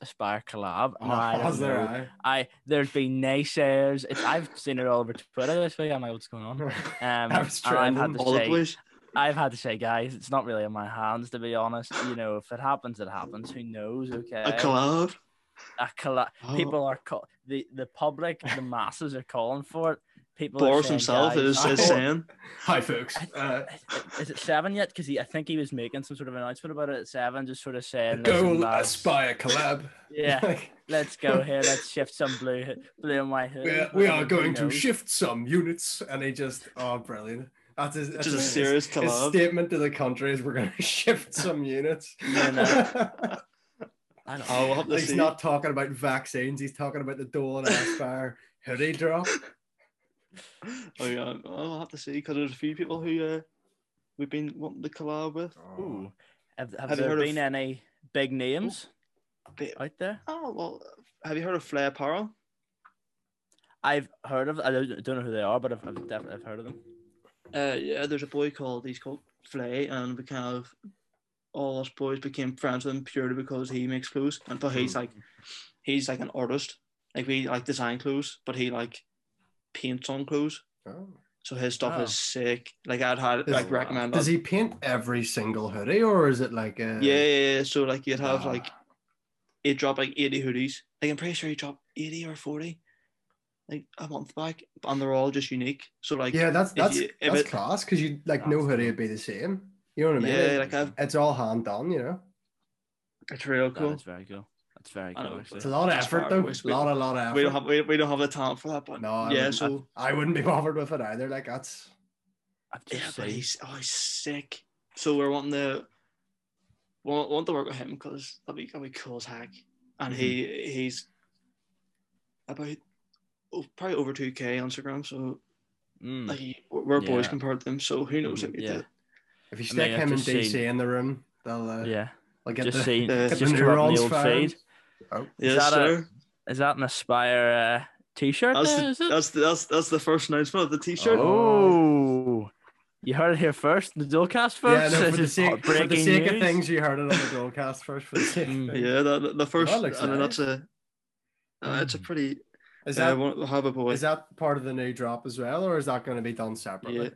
Speaker 1: Aspire collab.
Speaker 2: Oh,
Speaker 1: Now, I don't
Speaker 2: how's their
Speaker 1: know.
Speaker 2: eye?
Speaker 1: I there's been naysayers. It's, I've seen it all over Twitter this week. I'm like, what's going on? Um, and
Speaker 2: That was
Speaker 1: I've had
Speaker 2: trending.
Speaker 1: to
Speaker 3: All the
Speaker 1: say,
Speaker 3: boys.
Speaker 1: I've had to say, guys, it's not really in my hands to be honest. You know, if it happens, it happens. Who knows? Okay,
Speaker 3: A collab.
Speaker 1: A colla-
Speaker 3: Oh.
Speaker 1: people are call- the the public, the masses are calling for it. People, are
Speaker 3: Boris
Speaker 1: saying,
Speaker 3: himself
Speaker 1: guys-
Speaker 3: is, is
Speaker 2: Oh.
Speaker 3: saying,
Speaker 2: Hi, folks. Uh,
Speaker 1: Is it seven yet? Because I think he was making some sort of announcement about it at seven, just sort of saying, "Listen,
Speaker 2: Dole
Speaker 1: lads,
Speaker 2: Aspire collab.
Speaker 1: yeah,
Speaker 2: Like,
Speaker 1: let's go here. Let's shift some blue, blue and white hood.
Speaker 2: we are, we are going to shift some units. And he just, oh, brilliant. That's his, that's
Speaker 3: just a
Speaker 2: his-
Speaker 3: serious
Speaker 2: his
Speaker 3: collab.
Speaker 2: statement to the country is we're going to shift some units.
Speaker 1: No, I don't
Speaker 3: Oh, we'll have to
Speaker 2: he's
Speaker 3: see.
Speaker 2: not talking about vaccines. He's talking about the Dolan Aspire hoodie drop.
Speaker 3: Oh yeah, oh, I'll have to see because there's a few people who uh, we've been wanting to collab with.
Speaker 1: Ooh. Have, have,
Speaker 3: Have you
Speaker 1: there
Speaker 3: heard of-
Speaker 1: been any big names
Speaker 3: Bit-
Speaker 1: out there?
Speaker 3: Oh well, have you heard of Flair Apparel?
Speaker 1: I've heard of. I don't don't know who they are, but I've, I've definitely I've heard of them.
Speaker 3: Uh, yeah, there's a boy called he's called Flay, and we kind of all us boys became friends with him purely because he makes clothes, and but he's like he's like an artist. Like we like design clothes, but he like paints on clothes.
Speaker 2: Oh.
Speaker 3: So his stuff
Speaker 1: Oh.
Speaker 3: is sick. Like I'd had
Speaker 2: Does-
Speaker 3: like recommend
Speaker 2: Does
Speaker 3: that.
Speaker 2: he paint every single hoodie, or is it like uh, a
Speaker 3: Yeah, yeah, yeah. So like you'd have
Speaker 2: Ah.
Speaker 3: like he'd drop like eighty hoodies. Like I'm pretty sure he dropped eighty or forty, like a month back, and they're all just unique. So like
Speaker 2: yeah? That's
Speaker 3: if
Speaker 2: that's
Speaker 3: you- if
Speaker 2: that's
Speaker 3: it-
Speaker 2: class because you like no
Speaker 1: That's
Speaker 2: hoodie would be the same. You know what I mean?
Speaker 3: yeah, like I've
Speaker 2: it's all hand done. You know,
Speaker 3: it's real
Speaker 1: That
Speaker 3: cool.
Speaker 1: is very cool. That's very
Speaker 3: I know,
Speaker 1: cool.
Speaker 2: it's a
Speaker 1: Actually.
Speaker 2: lot of
Speaker 3: That's
Speaker 2: effort
Speaker 3: right,
Speaker 2: though.
Speaker 3: boys.
Speaker 2: A lot, a lot of effort.
Speaker 3: we don't have we, we don't have the talent for that, but
Speaker 2: no. I
Speaker 3: yeah,
Speaker 2: wouldn't-
Speaker 3: so
Speaker 2: I, I wouldn't be bothered with it either. Like that's
Speaker 1: I've
Speaker 3: yeah,
Speaker 1: just
Speaker 3: but
Speaker 1: seen.
Speaker 3: he's oh he's sick. So we're wanting to want, want to work with him because that'd be that'd be cool as heck. And he
Speaker 2: Mm-hmm.
Speaker 3: he's about oh, probably over two k on Instagram, so
Speaker 2: Hmm.
Speaker 1: Mm.
Speaker 3: Like he- we're boys
Speaker 1: Yeah.
Speaker 3: compared to them, so who knows
Speaker 2: Mm,
Speaker 1: Mhm,
Speaker 3: if he
Speaker 1: yeah.
Speaker 3: did.
Speaker 1: I
Speaker 2: If you
Speaker 1: mean,
Speaker 2: stick
Speaker 1: I've
Speaker 2: him and
Speaker 1: just
Speaker 2: DC
Speaker 1: seen-
Speaker 2: in the room, they'll uh,
Speaker 1: yeah,
Speaker 2: they'll get
Speaker 1: just
Speaker 2: the,
Speaker 1: seen,
Speaker 3: get
Speaker 2: get
Speaker 1: just
Speaker 2: the
Speaker 1: dropping
Speaker 2: neurons
Speaker 1: the old
Speaker 2: firing.
Speaker 1: fade.
Speaker 3: Yes,
Speaker 1: that a-
Speaker 3: sir.
Speaker 1: Is that an Aspire uh, T-shirt?
Speaker 3: That's
Speaker 1: there,
Speaker 3: the,
Speaker 1: is it?
Speaker 3: that's the that's that's the first announcement of the T-shirt.
Speaker 1: Oh, you heard it here first. The Dualcast
Speaker 2: Yeah,
Speaker 1: first.
Speaker 2: no, for the
Speaker 1: is
Speaker 2: sake, for the
Speaker 1: breaking
Speaker 2: sake of
Speaker 1: news.
Speaker 2: things, you heard it on the broadcast first. For the sake of
Speaker 1: Mm.
Speaker 2: things.
Speaker 3: Yeah, that, that- the first.
Speaker 2: looks
Speaker 3: I mean,
Speaker 2: nice. Mm.
Speaker 3: that's a. Uh, it's a pretty.
Speaker 2: Is
Speaker 3: uh,
Speaker 2: that
Speaker 3: one- have a boy.
Speaker 2: is that part of the new drop as well, or is that going to be done separately?
Speaker 3: Yeah,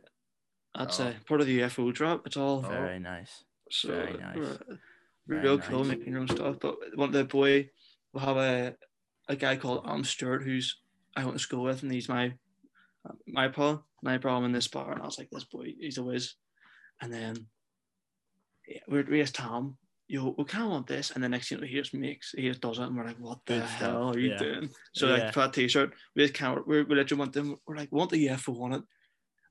Speaker 3: that's
Speaker 2: Oh.
Speaker 3: a part of the UFO drop. It's all
Speaker 2: Oh.
Speaker 1: Very nice.
Speaker 3: so
Speaker 1: very nice.
Speaker 3: uh,
Speaker 1: Very
Speaker 3: real cool
Speaker 1: nice.
Speaker 3: making your own stuff. But one the boy will have a a guy called Am Stewart who's I went to school with, and he's my my pal. And I brought him in this bar, and I was like, "This boy, he's a whiz." And then yeah, we we asked Tom, "Yo, we kind of want this." And the next thing you know, he just makes, he just does it, and we're like, "What the
Speaker 1: Good stuff,
Speaker 3: hell are you
Speaker 1: yeah.
Speaker 3: doing?" So
Speaker 1: Yeah.
Speaker 3: like for that T-shirt, we just can't. We we literally want them. We're like, "Want the UFO on it?"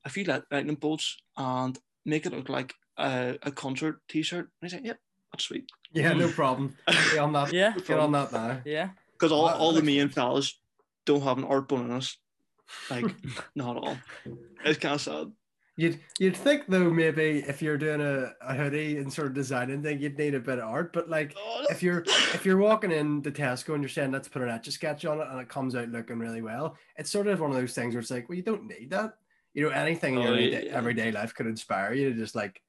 Speaker 3: A few light- lightning bolts and make it look like a, a concert T-shirt. And he's like, "Yep, that's sweet."
Speaker 2: Yeah, no problem. Get on that.
Speaker 1: Yeah,
Speaker 2: Get on that now.
Speaker 1: yeah.
Speaker 3: Because all,
Speaker 2: Wow,
Speaker 3: all the
Speaker 2: that's-
Speaker 3: main fellas don't have an art bone in us. Like, not at all. It's kind of sad.
Speaker 2: You'd you'd think though maybe if you're doing a, a hoodie and sort of designing thing, you'd need a bit of art. But like
Speaker 3: Oh,
Speaker 2: if you're if you're walking in the Tesco and you're saying let's put an etch a sketch on it and it comes out looking really well, it's sort of one of those things where it's like, well, you don't need that. You know, anything in
Speaker 3: Oh,
Speaker 2: your
Speaker 3: yeah.
Speaker 2: everyday, everyday life could inspire you to just like.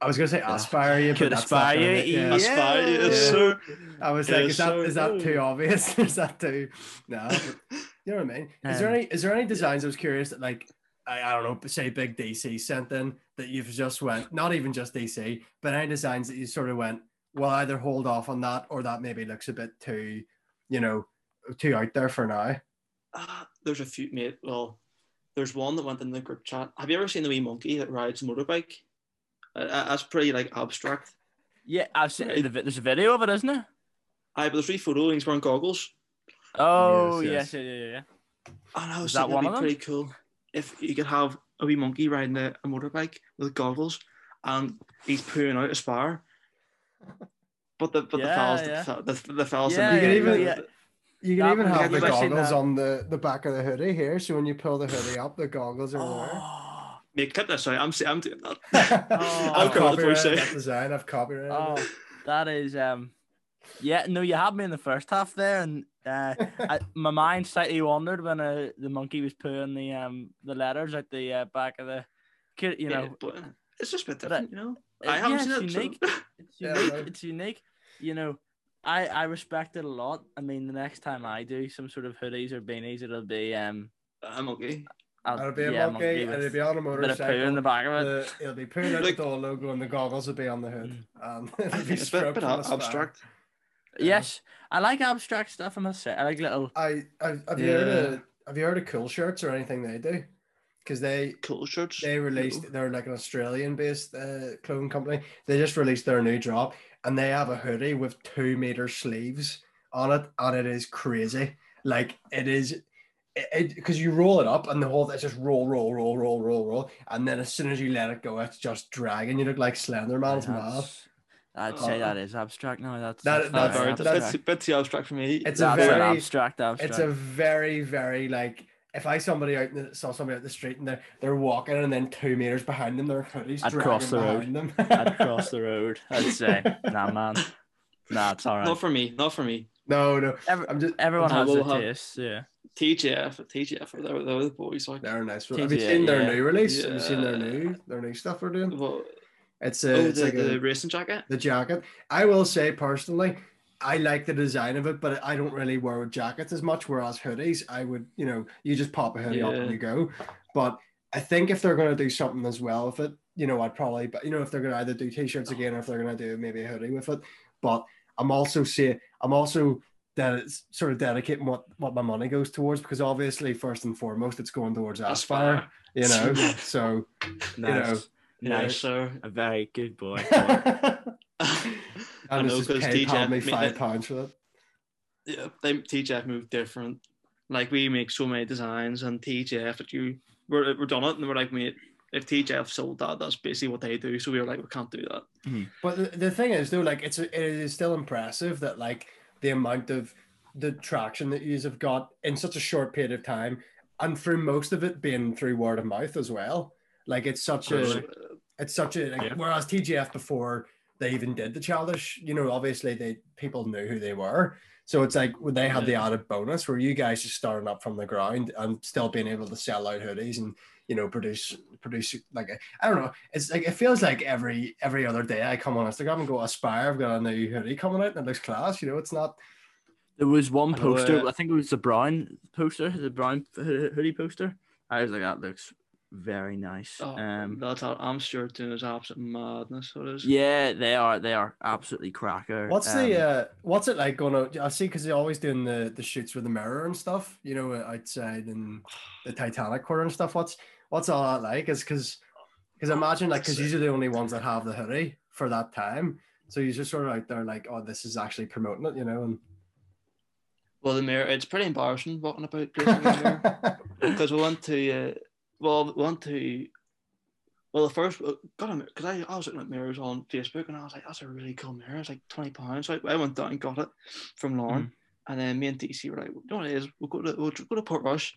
Speaker 2: I was gonna say aspire you, but
Speaker 1: Could
Speaker 2: that's
Speaker 1: aspire
Speaker 2: not
Speaker 1: you.
Speaker 2: doing it. Yeah.
Speaker 1: yeah.
Speaker 3: That's fine.
Speaker 1: Yeah.
Speaker 3: Yes, sir.
Speaker 2: I was
Speaker 3: Yeah,
Speaker 2: like, is that
Speaker 3: so-
Speaker 2: is that too obvious? is that too? No, but you know what I mean. Is there
Speaker 1: Um,
Speaker 2: any is there any designs I was curious that like I, I don't know, say Big DC sent in that you've just went not even just DC, but any designs that you sort of went well either hold off on that or that maybe looks a bit too, you know, too out there for now.
Speaker 3: Ah, there's a few, mate. Well, there's one that went in the group chat. Have you ever seen the wee monkey that rides a motorbike? Uh, uh, that's pretty, like, abstract.
Speaker 1: Yeah, I've seen the, vi- there's a video of it, isn't there?
Speaker 3: I but there's three photo and he's wearing goggles.
Speaker 1: Oh yes,
Speaker 2: Yes,
Speaker 1: yeah, yeah, yeah, yeah.
Speaker 3: And I Oh, was
Speaker 1: Is that
Speaker 3: thinking
Speaker 1: one
Speaker 3: that'd be
Speaker 1: of them?
Speaker 3: pretty cool if you could have a wee monkey riding a, a motorbike with goggles and he's pulling out a spar. But the but
Speaker 1: Yeah,
Speaker 3: the
Speaker 1: yeah.
Speaker 3: fellas the, the, the fellas
Speaker 1: Yeah,
Speaker 2: You could yeah, even-
Speaker 1: yeah.
Speaker 2: You
Speaker 1: That
Speaker 2: can even
Speaker 1: one,
Speaker 2: have
Speaker 3: yeah,
Speaker 2: the
Speaker 3: I've
Speaker 1: seen
Speaker 2: goggles
Speaker 1: that.
Speaker 2: on the, the back of the hoodie here, so when you pull the hoodie up, the goggles are
Speaker 1: Oh,
Speaker 3: Mate, clip this out. I'm s- I'm doing that.
Speaker 2: there.
Speaker 1: Oh.
Speaker 2: I've
Speaker 1: I've
Speaker 3: got it,
Speaker 2: copyrighted
Speaker 3: boys, eh?
Speaker 2: that design. I've copyrighted. it.
Speaker 1: oh, that is um, yeah. No, you had me in the first half there, and uh, I, my mind slightly wandered when uh, the monkey was pulling the um the letters out the uh, back of the, kid. you
Speaker 3: Yeah,
Speaker 1: know,
Speaker 3: but it's just a bit
Speaker 1: But
Speaker 3: different, you know.
Speaker 1: uh,
Speaker 3: I haven't
Speaker 1: yeah,
Speaker 3: seen it.
Speaker 1: it's
Speaker 3: so-
Speaker 1: unique. It's
Speaker 2: Yeah,
Speaker 1: unique.
Speaker 2: no.
Speaker 1: It's unique. You know, I I respect it a lot. I mean, the next time I do some sort of hoodies or beanies, it'll be um.
Speaker 3: I'm okay.
Speaker 1: I'll,
Speaker 2: It'll be a
Speaker 1: Oh. yeah,
Speaker 2: monkey, and
Speaker 1: with
Speaker 2: it'll be on a
Speaker 1: a bit of poo in
Speaker 2: motorcycle.
Speaker 1: the back of it.
Speaker 2: The, it'll be pooed out
Speaker 3: Like-
Speaker 2: the door logo, and the goggles will be on the hood. Um, it'll
Speaker 3: I
Speaker 2: be
Speaker 3: think it's a
Speaker 2: stroked
Speaker 3: bit, bit
Speaker 2: from the
Speaker 3: ab-
Speaker 2: spine.
Speaker 3: abstract.
Speaker 2: Yeah.
Speaker 1: Yes, I like abstract stuff. I must say, I like little.
Speaker 2: I I've, have you heard of Have you heard of Cool Shirts or anything they do? Because they
Speaker 3: Cool shirts.
Speaker 2: they
Speaker 3: No.
Speaker 2: released they're like an Australian based uh, clothing company. They just released their new drop, and they have a hoodie with two meter sleeves on it, and it is crazy. Like it is. Because you roll it up and the whole it's just roll, roll, roll, roll, roll, roll, and then as soon as you let it go, it's just dragging. You look like Slender Man. It's mad.
Speaker 1: That's- I'd say
Speaker 2: Uh,
Speaker 1: that is abstract. No, that's
Speaker 2: that-
Speaker 1: that's,
Speaker 3: That's,
Speaker 1: very
Speaker 2: Alright,
Speaker 3: that's,
Speaker 1: abstract.
Speaker 3: that's a bit too abstract for me.
Speaker 2: It's a
Speaker 1: That's
Speaker 2: very-
Speaker 1: an abstract abstract.
Speaker 2: It's a very, very like if I somebody out in the, saw somebody out the street and they're they're walking and then two meters behind them, their hoodies
Speaker 1: I'd
Speaker 2: dragging
Speaker 1: cross the road.
Speaker 2: behind them.
Speaker 1: I'd cross the road. I'd say, nah, man, nah, it's all right.
Speaker 3: not for me. Not for me.
Speaker 2: no, no,
Speaker 1: Every,
Speaker 2: I'm just
Speaker 1: everyone
Speaker 3: No,
Speaker 1: has
Speaker 3: we'll
Speaker 1: their
Speaker 3: have-
Speaker 1: taste. Yeah,
Speaker 3: TGF, TGF, they were, they were the boys. Like,
Speaker 2: they're a nice. one. Have you
Speaker 1: TGA,
Speaker 2: seen their
Speaker 1: yeah.
Speaker 2: new release? Have you seen their
Speaker 3: Yeah.
Speaker 2: new their new stuff they're doing?
Speaker 3: well,
Speaker 2: It's a,
Speaker 3: oh,
Speaker 2: it's
Speaker 3: the,
Speaker 2: like
Speaker 3: the
Speaker 2: a,
Speaker 3: racing jacket.
Speaker 2: the jacket. I will say personally, I like the design of it, but I don't really wear jackets as much. Whereas hoodies, I would, you know, you just pop a hoodie up and
Speaker 3: Yeah.
Speaker 2: you go. But I think if they're going to do something as well with it, you know, I'd probably, but you know, if they're going to either do t-shirts again or if they're going to do maybe a hoodie with it. But I'm also saying, I'm also that it's sort of dedicating what what my money goes towards because obviously first and foremost it's going towards Aspire,
Speaker 3: Aspire.
Speaker 2: you know. So
Speaker 1: nice,
Speaker 2: Yeah.
Speaker 1: nice,
Speaker 3: sir.
Speaker 1: a very good boy.
Speaker 3: I
Speaker 2: and
Speaker 3: know
Speaker 2: it's
Speaker 3: because
Speaker 2: just PayPal
Speaker 3: TGF,
Speaker 2: me
Speaker 3: made
Speaker 2: five
Speaker 3: it-
Speaker 2: pounds for that.
Speaker 3: yeah, they, TGF moved different. Like we make so many designs, and TGF that you we're, we're done it, and we're like, mate, if TGF sold that, that's basically what they do. So we were like, we can't do that.
Speaker 2: But the, the thing is, though, like it's it is still impressive that like the amount of the traction that you have got in such a short period of time, and through most of it being through word of mouth as well. Like it's such a,
Speaker 3: Because, uh,
Speaker 2: it's such a. Like,
Speaker 4: Yeah.
Speaker 2: Whereas TGF before they even did the childish, you know, obviously they people knew who they were, so it's like when they had the added bonus where you guys just starting up from the ground and still being able to sell out hoodies and you know produce produce like a, I don't know. It's like it feels like every every other day I come on Instagram and go Aspire, I've got a new hoodie coming out and it looks class. You know, it's not.
Speaker 1: There was one
Speaker 4: I know,
Speaker 1: poster.
Speaker 4: uh,
Speaker 1: I think it was the brown poster, the brown hoo- hoodie poster. I was like, that looks very nice.
Speaker 3: oh,
Speaker 1: um,
Speaker 3: that's how I'm sure doing is absolute madness. What is?
Speaker 1: yeah, they are. They are absolutely cracker.
Speaker 2: What's
Speaker 1: Um,
Speaker 2: the uh, what's it like going out? I see because they're always doing the the shoots with the mirror and stuff, you know, uh, outside and the Titanic quarter and stuff. What's what's all that like? Is because because imagine like because
Speaker 3: It's, uh,
Speaker 2: these are the only ones that have the hoodie for that time, so you're just sort of out there like, oh, this is actually promoting it, you know. And
Speaker 3: Well, the mirror. It's pretty embarrassing walking about places in the mirror. because we went to uh, well we went to well the first uh, got a because I, I was looking at mirrors on Facebook and I was like that's a really cool mirror it's like twenty pounds so I, I went down and got it from Lauren and then me and DC were like you know what it is we'll go to we'll go to Port Rush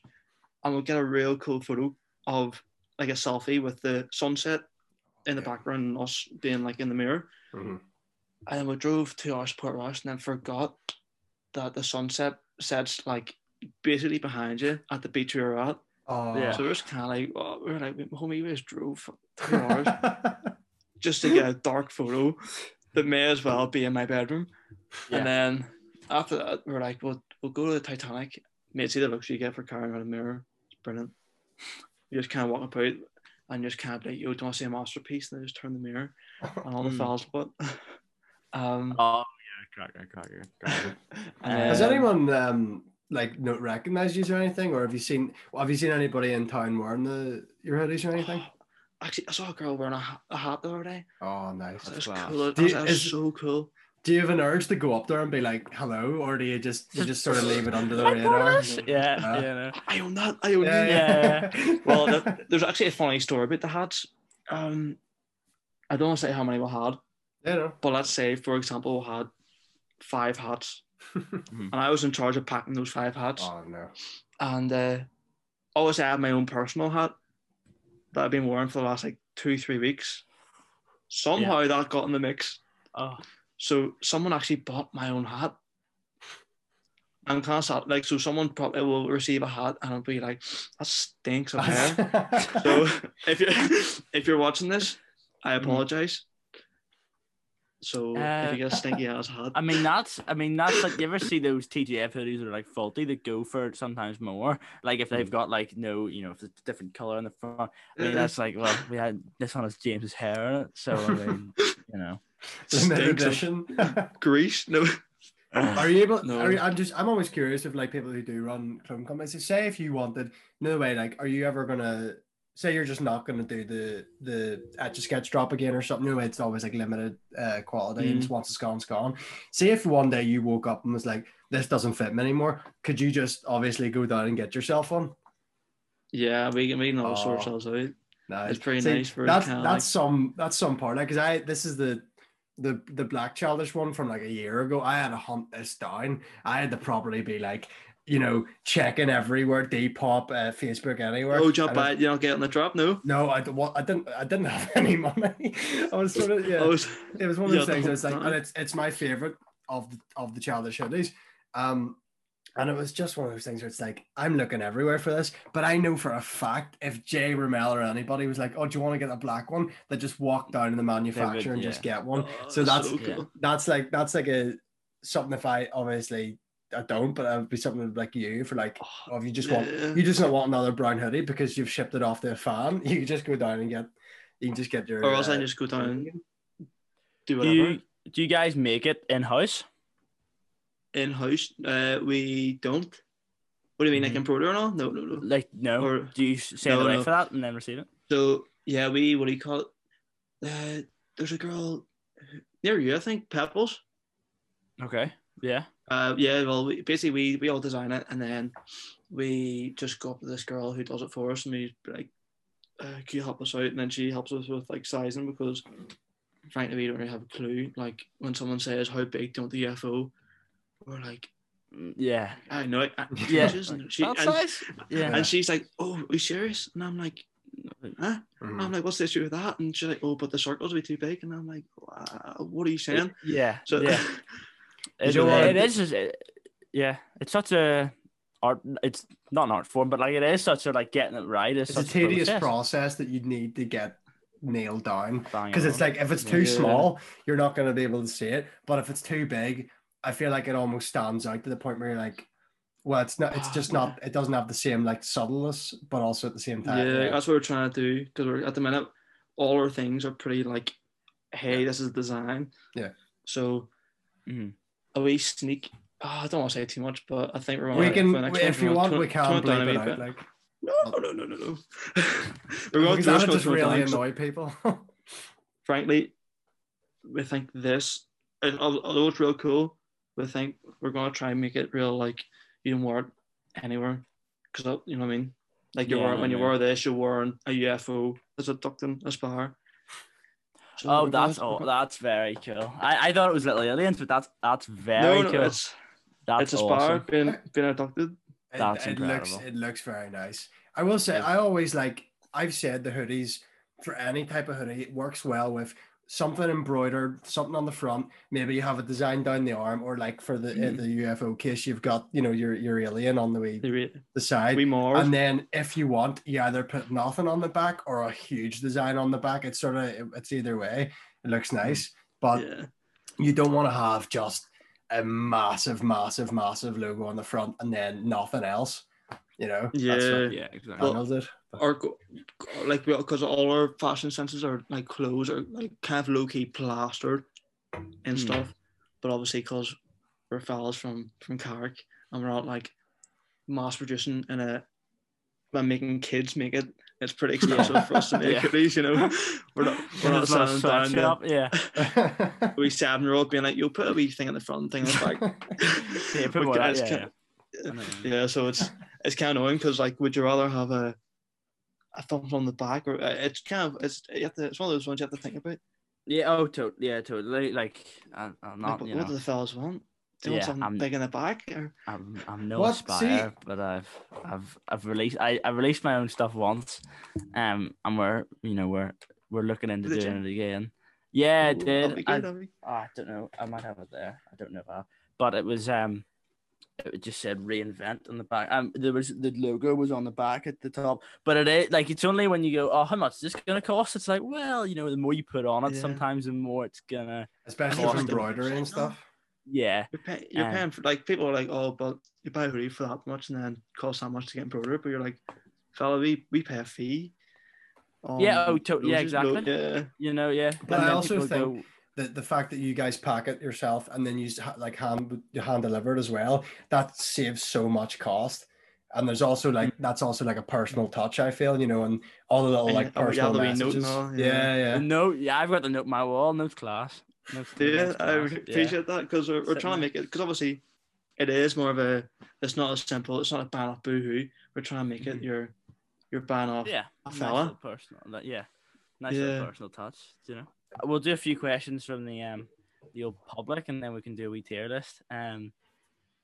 Speaker 3: and we'll get a real cool photo of like a selfie with the sunset in the
Speaker 2: Yeah.
Speaker 3: background and us being like in the mirror
Speaker 2: Mhm.
Speaker 3: and then we drove two hours to Port Rush and then forgot that the sunset sets like basically behind you at the beach we were at
Speaker 2: oh,
Speaker 1: Yeah.
Speaker 3: so there's kind of like, well, we were like, homie, we just drove for two hours just to get a dark photo that may as well be in my bedroom.
Speaker 1: Yeah.
Speaker 3: And then after that, we are like, well, we'll go to the Titanic. Mate, see the looks you get for carrying around a mirror. It's brilliant. You just can't walk about and you just can't be like, yo, do you want to see a masterpiece? And they just turn the mirror and all the
Speaker 1: Mm.
Speaker 3: fellas, but. Um,
Speaker 1: Oh
Speaker 2: uh,
Speaker 1: yeah, cracker, cracker, cracker.
Speaker 3: and
Speaker 2: Has
Speaker 3: then-
Speaker 2: anyone um like not recognized you or anything, or have you seen have you seen anybody in town wearing the your hoodies or anything?
Speaker 3: Actually, I saw a girl wearing a, ha- a hat the other day.
Speaker 2: Oh, nice.
Speaker 3: That
Speaker 4: That's
Speaker 3: was
Speaker 4: class.
Speaker 3: cool. That
Speaker 2: Do you-
Speaker 3: was, that was
Speaker 2: is-
Speaker 3: so cool.
Speaker 2: Do you have an urge to go up there and be like, "Hello," or do you just you just sort of leave it under the
Speaker 1: Oh my
Speaker 2: radar?
Speaker 1: gosh. Yeah,
Speaker 2: Uh,
Speaker 1: yeah. No.
Speaker 3: I own that. I own that.
Speaker 1: Yeah.
Speaker 3: well, th- there's actually a funny story about the hats. Um, I don't want to say how many we had,
Speaker 2: you know.
Speaker 3: but let's say, for example, we had five hats, and I was in charge of packing those five hats.
Speaker 2: Oh no.
Speaker 3: And uh, obviously, I had my own personal hat that I've been wearing for the last like two, three weeks. Somehow that got in the mix.
Speaker 1: Oh,
Speaker 3: So someone actually bought my own hat. I'm kind of sad. Like, so someone probably will receive a hat and I'll be like, that stinks of hair. So if you're if you're watching this, I
Speaker 2: Mm-hmm.
Speaker 3: apologize. So if
Speaker 1: Uh,
Speaker 3: you get a stinky ass hat,
Speaker 1: I mean that's. I mean that's like you ever see those TGF hoodies that are like faulty that go for sometimes more. Like if
Speaker 3: Hmm.
Speaker 1: they've got like no, you know, if it's a different color on the front. I mean that's like well, we had this one has James's hair on it, so I mean, you know.
Speaker 2: Limited
Speaker 3: stinks of
Speaker 2: edition.
Speaker 3: grease. No,
Speaker 2: Are you able?
Speaker 3: No.
Speaker 2: Are you, I'm just. I'm always curious of like people who do run clone companies. So say if you wanted, no way. Like, are you ever gonna say you're just not gonna do the the etch a sketch drop again or something? No way. It's always like limited uh, quality, and
Speaker 3: Mm-hmm.
Speaker 2: it's once it's gone, it's gone. Say if one day you woke up and was like, this doesn't fit me anymore. Could you just obviously go down and get yourself one?
Speaker 3: yeah, we can we can all sort
Speaker 2: Oh.
Speaker 3: ourselves out.
Speaker 2: No,
Speaker 3: It's pretty
Speaker 2: See,
Speaker 3: nice for
Speaker 2: that's
Speaker 3: kinda
Speaker 2: that's some that's some part. Like, cause I this is the the the black childish one from like a year ago. I had to hunt this down. I had to probably be like, you know, checking everywhere, Depop, uh, Facebook, anywhere.
Speaker 3: like, oh, jump
Speaker 2: And I-
Speaker 3: out! You're not getting the drop. No,
Speaker 2: No, I, d- wa- I didn't. I didn't have any money. I was sort of yeah.
Speaker 3: I was
Speaker 2: It was one of those
Speaker 3: Yeah,
Speaker 2: things.
Speaker 3: the
Speaker 2: It's like,
Speaker 3: whole
Speaker 2: and it's it's my favorite of the, of the childish hoodies. Um, and it was just one of those things where it's like I'm looking everywhere for this, but I know for a fact if Jay Ramel or anybody was like, "Oh, do you want to get a black one?" They just walk down to the manufacturer and just get one.
Speaker 3: Oh,
Speaker 2: So that's-
Speaker 1: yeah.
Speaker 2: That's like that's like a something. If I obviously I don't, but it would be something like you for like,
Speaker 3: Oh,
Speaker 2: oh, if you just want
Speaker 3: yeah.
Speaker 2: you just don't want another brown hoodie because you've shipped it off to a fan, you just go down and get you can just get your.
Speaker 3: or else
Speaker 2: uh,
Speaker 3: I just go down and do
Speaker 1: Do
Speaker 3: whatever
Speaker 1: you do you guys make it in house?
Speaker 3: in house. Uh, we don't. What do you mean,
Speaker 2: Mm-hmm.
Speaker 3: like
Speaker 1: Mhm.
Speaker 3: embroider and all? No, no, no.
Speaker 1: Like no?
Speaker 3: Or-
Speaker 1: do you send
Speaker 3: No,
Speaker 1: away
Speaker 3: no.
Speaker 1: for that and then receive it?
Speaker 3: So yeah, we what do you call it? Uh, there's a girl near you, I think, Pebbles.
Speaker 1: Okay. Yeah.
Speaker 3: Uh, yeah, well, we, basically we we all design it, and then we just go up to this girl who does it for us, and we like, uh, "Can you help us out?" And then she helps us with like sizing because, frankly, we don't really have a clue. Like when someone says, "How big do you want the UFO?" We're like,
Speaker 1: Yeah.
Speaker 3: I know it. I,
Speaker 1: Yeah.
Speaker 3: She, doesn't- she-
Speaker 1: That
Speaker 3: and,
Speaker 1: size? Yeah.
Speaker 3: and she's like, "Oh, are you serious?" And I'm like, "Huh?"
Speaker 2: mhm.
Speaker 3: I'm like, "What's the issue with that?" And she's like, "Oh, but the circles be too big." And I'm like, "Wow, "What are you saying?"
Speaker 1: Yeah.
Speaker 3: So
Speaker 1: yeah. It,
Speaker 2: You
Speaker 1: it
Speaker 2: know,
Speaker 1: is. just- it- yeah. It's such a art. It's not an art form, but like it is such a like getting it right. It's,
Speaker 2: It's a
Speaker 1: such
Speaker 2: tedious
Speaker 1: process.
Speaker 2: process that you'd need to get nailed down
Speaker 1: Bang
Speaker 2: because it's
Speaker 1: on.
Speaker 2: like if it's too
Speaker 3: Yeah.
Speaker 2: small, you're not going to be able to see it. But if it's too big, I feel like it almost stands out to the point where you're like, well, it's not. It's
Speaker 3: Ah,
Speaker 2: just
Speaker 3: yeah.
Speaker 2: not. It doesn't have the same like subtleness, but also at the same time,
Speaker 3: yeah,
Speaker 2: Uh, yeah.
Speaker 3: that's what we're trying to do because we're at the minute all our things are pretty like, hey, this is design.
Speaker 2: Yeah. Mm-hmm.
Speaker 3: So
Speaker 1: Mhm.
Speaker 3: a wee sneak. Oh, I don't want to say too much, but I think we're on
Speaker 2: we
Speaker 3: it
Speaker 2: can.
Speaker 3: for the next one.
Speaker 2: if you
Speaker 3: Tone-
Speaker 2: want, we
Speaker 3: tone-
Speaker 2: can
Speaker 3: tone it
Speaker 2: bleep
Speaker 3: down a
Speaker 2: it
Speaker 3: wee
Speaker 2: out.
Speaker 3: bit.
Speaker 2: Like,
Speaker 3: No, no, no, no, no.
Speaker 2: because
Speaker 3: we're going to
Speaker 2: that
Speaker 3: just,
Speaker 2: would just really
Speaker 3: really
Speaker 2: annoy people.
Speaker 3: Frankly, we think this, and al- although it's real cool, we think we're going to try and make it real like you can wear it anywhere because you know what I mean. Like you
Speaker 1: Yeah,
Speaker 3: wear
Speaker 1: no,
Speaker 3: when you
Speaker 1: no.
Speaker 3: wear this, you're wearing a UFO, there's a duck in a spar. So
Speaker 1: Oh,
Speaker 3: we're
Speaker 1: that's
Speaker 3: gonna-
Speaker 1: oh, that's very cool. I, I thought it was little aliens, but that's that's very
Speaker 3: no, no,
Speaker 1: cool.
Speaker 3: it's
Speaker 1: that's
Speaker 3: it's a spar
Speaker 1: awesome.
Speaker 3: being being abducted.
Speaker 2: It-
Speaker 1: That's
Speaker 2: it, looks
Speaker 1: incredible.
Speaker 2: it looks very nice. I will say
Speaker 1: Yeah.
Speaker 2: I always like I've said the hoodies for any type of hoodie it works well with something embroidered, something on the front. Maybe you have a design down the arm, or like for the
Speaker 1: Mm-hmm.
Speaker 2: uh,
Speaker 3: Mhm.
Speaker 2: the UFO case, you've got you know your your alien on the way
Speaker 3: The re-
Speaker 2: the side.
Speaker 3: we Mars.
Speaker 2: and then if you want, you either put nothing on the back or a huge design on the back. It's sort of it's either way. It looks
Speaker 1: Mm-hmm.
Speaker 2: nice, but
Speaker 3: yeah.
Speaker 2: you don't want to have just a massive, massive, massive logo on the front and then nothing else. You know, That's
Speaker 3: Yeah.
Speaker 2: what
Speaker 1: Yeah, exactly.
Speaker 2: handles it.
Speaker 3: Or go- go- like because all our fashion senses are like clothes are like kind of low key plastered and
Speaker 1: Hmm.
Speaker 3: stuff, but obviously because we're fellas from from Carrick and we're not like mass producing and a by making kids make it, it's pretty expensive for us to make
Speaker 1: Yeah.
Speaker 3: hoodies. You know, we're not we're not
Speaker 1: It's not a
Speaker 3: selling down
Speaker 1: sweatshop,
Speaker 3: the
Speaker 1: Yeah,
Speaker 3: wee seven year old being like, you'll put a wee thing in the front, thing on the back.
Speaker 1: yeah,
Speaker 3: But
Speaker 1: pretty much.
Speaker 3: it's
Speaker 1: that,
Speaker 3: ki-
Speaker 1: Yeah, yeah. I know.
Speaker 3: yeah, so it's it's kind of annoying because like, would you rather have a a thumbs on the back or uh, it's kind of it's you have to, it's one of those ones you have to think about.
Speaker 1: Yeah, oh, to- yeah, totally. Like, I, I'm
Speaker 3: Like,
Speaker 1: not,
Speaker 3: what,
Speaker 1: you
Speaker 3: what do
Speaker 1: know,
Speaker 3: the fellas want? Do you want
Speaker 1: Yeah,
Speaker 3: something
Speaker 1: I'm-
Speaker 3: big in the back? Or
Speaker 1: I'm, I'm no
Speaker 2: What?
Speaker 1: aspire, but I've, I've, I've released, I, I released my own stuff once, um, and we're, you know, we're, we're looking into
Speaker 3: Did you?
Speaker 1: doing it again. Yeah, I
Speaker 3: Ooh, oh, that'd be
Speaker 1: did.
Speaker 3: good,
Speaker 1: I, ah,
Speaker 3: that'd be-
Speaker 1: I don't know. I might have it there. I don't know if I, but it was, um, it just said reinvent on the back. Um, there was the logo was on the back at the top, but it is like it's only when you go, oh, how much is this gonna cost? It's like, well, you know, the more you put on it,
Speaker 3: Yeah.
Speaker 1: sometimes the more it's gonna,
Speaker 2: Especially
Speaker 1: Yeah.
Speaker 2: for embroidery and stuff.
Speaker 1: yeah.
Speaker 3: You're, pay, you're
Speaker 1: Um,
Speaker 3: paying for like people are like, oh, but you buy a hoodie for that much and then it costs that much to get embroidered, but you're like, fella, we, we pay a fee.
Speaker 1: Yeah,
Speaker 3: on
Speaker 1: oh, to- yeah,
Speaker 3: roses, no-
Speaker 1: exactly.
Speaker 3: yeah,
Speaker 1: You know, yeah.
Speaker 2: But
Speaker 1: And
Speaker 2: I
Speaker 1: then
Speaker 2: also
Speaker 1: people
Speaker 2: think- The, the fact that you guys pack it yourself and then you s- ha- like hand you hand deliver it as well, that saves so much cost. And there's also like that's also like a personal touch I feel, you know, and all the little
Speaker 3: And-
Speaker 2: like
Speaker 3: oh, yeah,
Speaker 2: personal
Speaker 3: the wee note and
Speaker 2: messages.
Speaker 3: all, yeah.
Speaker 2: yeah, yeah.
Speaker 1: go, no, yeah, I've got the note on my wall, no class. No,
Speaker 3: Yeah, I
Speaker 1: class.
Speaker 3: appreciate that because we're, we're
Speaker 1: Sitting
Speaker 3: trying to
Speaker 1: there.
Speaker 3: make it because obviously it is more of a it's not as simple it's not a ban off boohoo we're trying to make it
Speaker 1: Mhm.
Speaker 3: your your ban off
Speaker 1: Yeah,
Speaker 3: A
Speaker 1: nice
Speaker 3: fella.
Speaker 1: little personal. That, yeah, nice little
Speaker 3: Yeah.
Speaker 1: personal touch. You know, we'll do a few questions from the um the old public, and then we can do a wee tier list. Um,